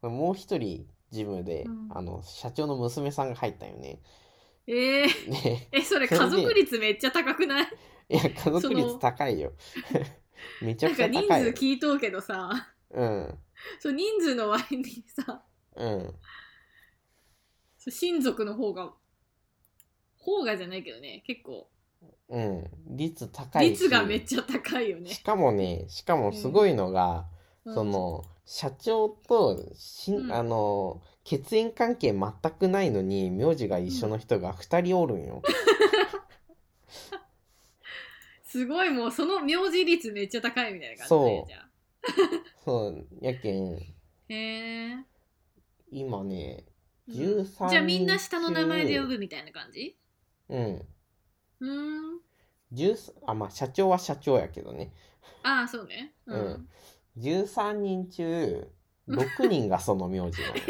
S1: もう一人ジムで、
S2: うん
S1: あの社長の娘さんが入ったよね。
S2: えー、
S1: で
S2: えそれ
S1: それ
S2: 家
S1: で
S2: 族率めっちゃ高くない
S1: いや家族
S2: その
S1: 率高いよ。 めちゃ
S2: な
S1: くち
S2: んか
S1: ゃ
S2: 人
S1: 高い
S2: 数
S1: よ。
S2: 聞いとうけどさ
S1: うん
S2: そう人数の割にさ
S1: うん
S2: そう親族の方が方がじゃないけどね結構
S1: うん率高いし
S2: 率がめっちゃ高いよね
S1: し。かもねしかもすごいのが、
S2: うん
S1: その社長としん、
S2: うん
S1: あの血縁関係全くないのに名字が一緒の人が2人おるん よ。
S2: すごいもうその名字率めっちゃ高いみたいな感じだ
S1: そ
S2: よ
S1: う
S2: じゃあ
S1: そうやけん
S2: へえ。
S1: 今ね
S2: うん
S1: 13
S2: じゃあみんな下の名前で呼ぶみたいな感じ
S1: うん
S2: うーん。
S1: 13あまあ社長は社長やけどね
S2: ああ、そうね。うん。
S1: うん13人中6人がその名字なのよ。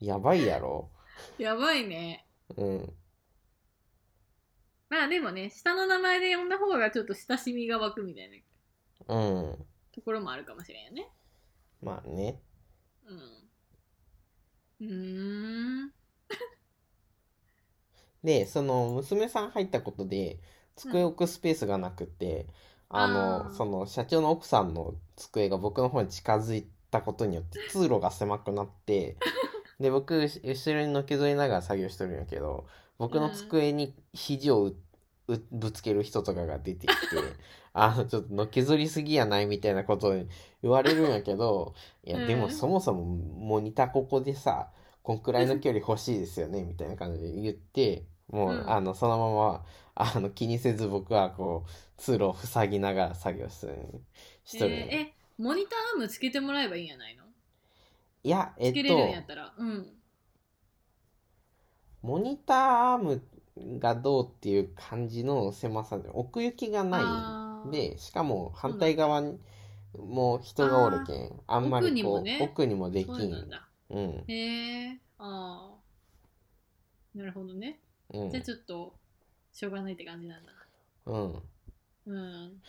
S1: やばいやろ。
S2: やばいね。
S1: うん
S2: まあでもね、下の名前で呼んだ方がちょっと親しみが湧くみたいな
S1: うん
S2: ところもあるかもしれんよね。
S1: まあね
S2: うん。うーん。
S1: でその娘さん入ったことで机置くスペースがなくて、あの
S2: あー
S1: その社長の奥さんの机が僕の方に近づいたことによって通路が狭くなって で僕後ろにのけぞりながら作業してるんやけど僕の机に肘をううぶつける人とかが出 てきてあのちょっとのけぞりすぎやないみたいなことに言われるんやけどいや、
S2: うん
S1: でもそもそもモニターここでさこんくらいの距離欲しいですよねみたいな感じで言ってもう、
S2: うん
S1: あのそのままあの気にせず僕はこう通路を塞ぎながら作業するし
S2: え
S1: と
S2: ー
S1: るんよ、
S2: え、モニターアームつけてもらえばいいんやないの
S1: いやえ
S2: つ
S1: っ
S2: けれるんやっ
S1: と
S2: たら。うん。
S1: モニターアームがどうっていう感じの狭さで奥行きがない
S2: あー
S1: でしかも反対側にもう人がおるけんあんまりこう
S2: 奥にもね
S1: 奥にもでき
S2: そうなん
S1: ん
S2: だ。
S1: うん
S2: へえ。ああ。なるほどね。
S1: うん
S2: じゃあちょっと、しょうがないって感じなんだ。
S1: うん
S2: うん。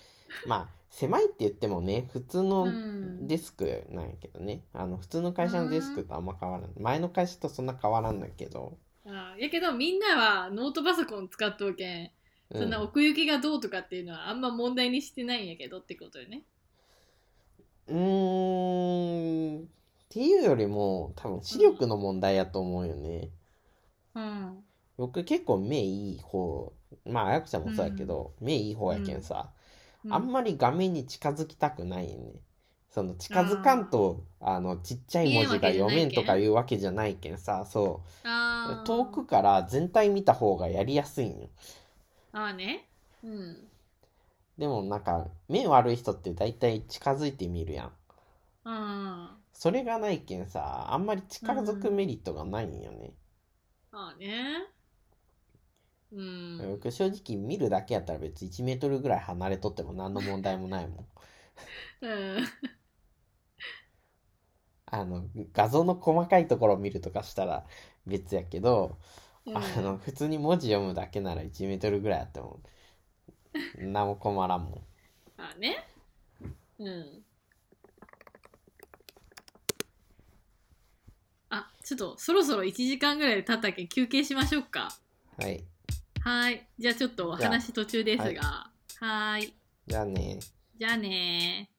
S1: まあ狭いって言ってもね普通の
S2: うん
S1: デスクなんやけどね、あの普通の会社のデスクとあんま変わらない前の会社とそんな変わらんだけど、
S2: あーやけどみんなはノートパソコン使っとうけん、
S1: うん
S2: そんな奥行きがどうとかっていうのはあんま問題にしてないんやけどってことよね。
S1: うーんっていうよりも多分視力の問題やと思うよね、
S2: うん。
S1: 僕結構目いい方まああやこちゃんもそうやけど、目いい方やけんさ、あんまり画面に近づきたくないねその近づかんとあのちっちゃい文字が読めんとかいうわけじゃないけんさそう
S2: あー
S1: 遠くから全体見た方がやりやすいんよ
S2: ああね。うん。
S1: でもなんか目悪い人って大体近づいて見るやん
S2: あー
S1: それがないけんさあんまり近づくメリットがないんよね
S2: あーね。う
S1: 僕
S2: ん。
S1: 正直見るだけやったら別に1メートルぐらい離れとっても何の問題もないもん。
S2: うん。
S1: あの、画像の細かいところを見るとかしたら別やけど、
S2: うん
S1: あの、普通に文字読むだけなら1メートルぐらいあっても、何も困らんもん。
S2: まあね。うん。あ、ちょっとそろそろ1時間ぐらいで経ったけん休憩しましょうか。
S1: はい。
S2: はーい。じゃあちょっとお話途中ですが。はーい。
S1: じゃあね。
S2: じゃあねー。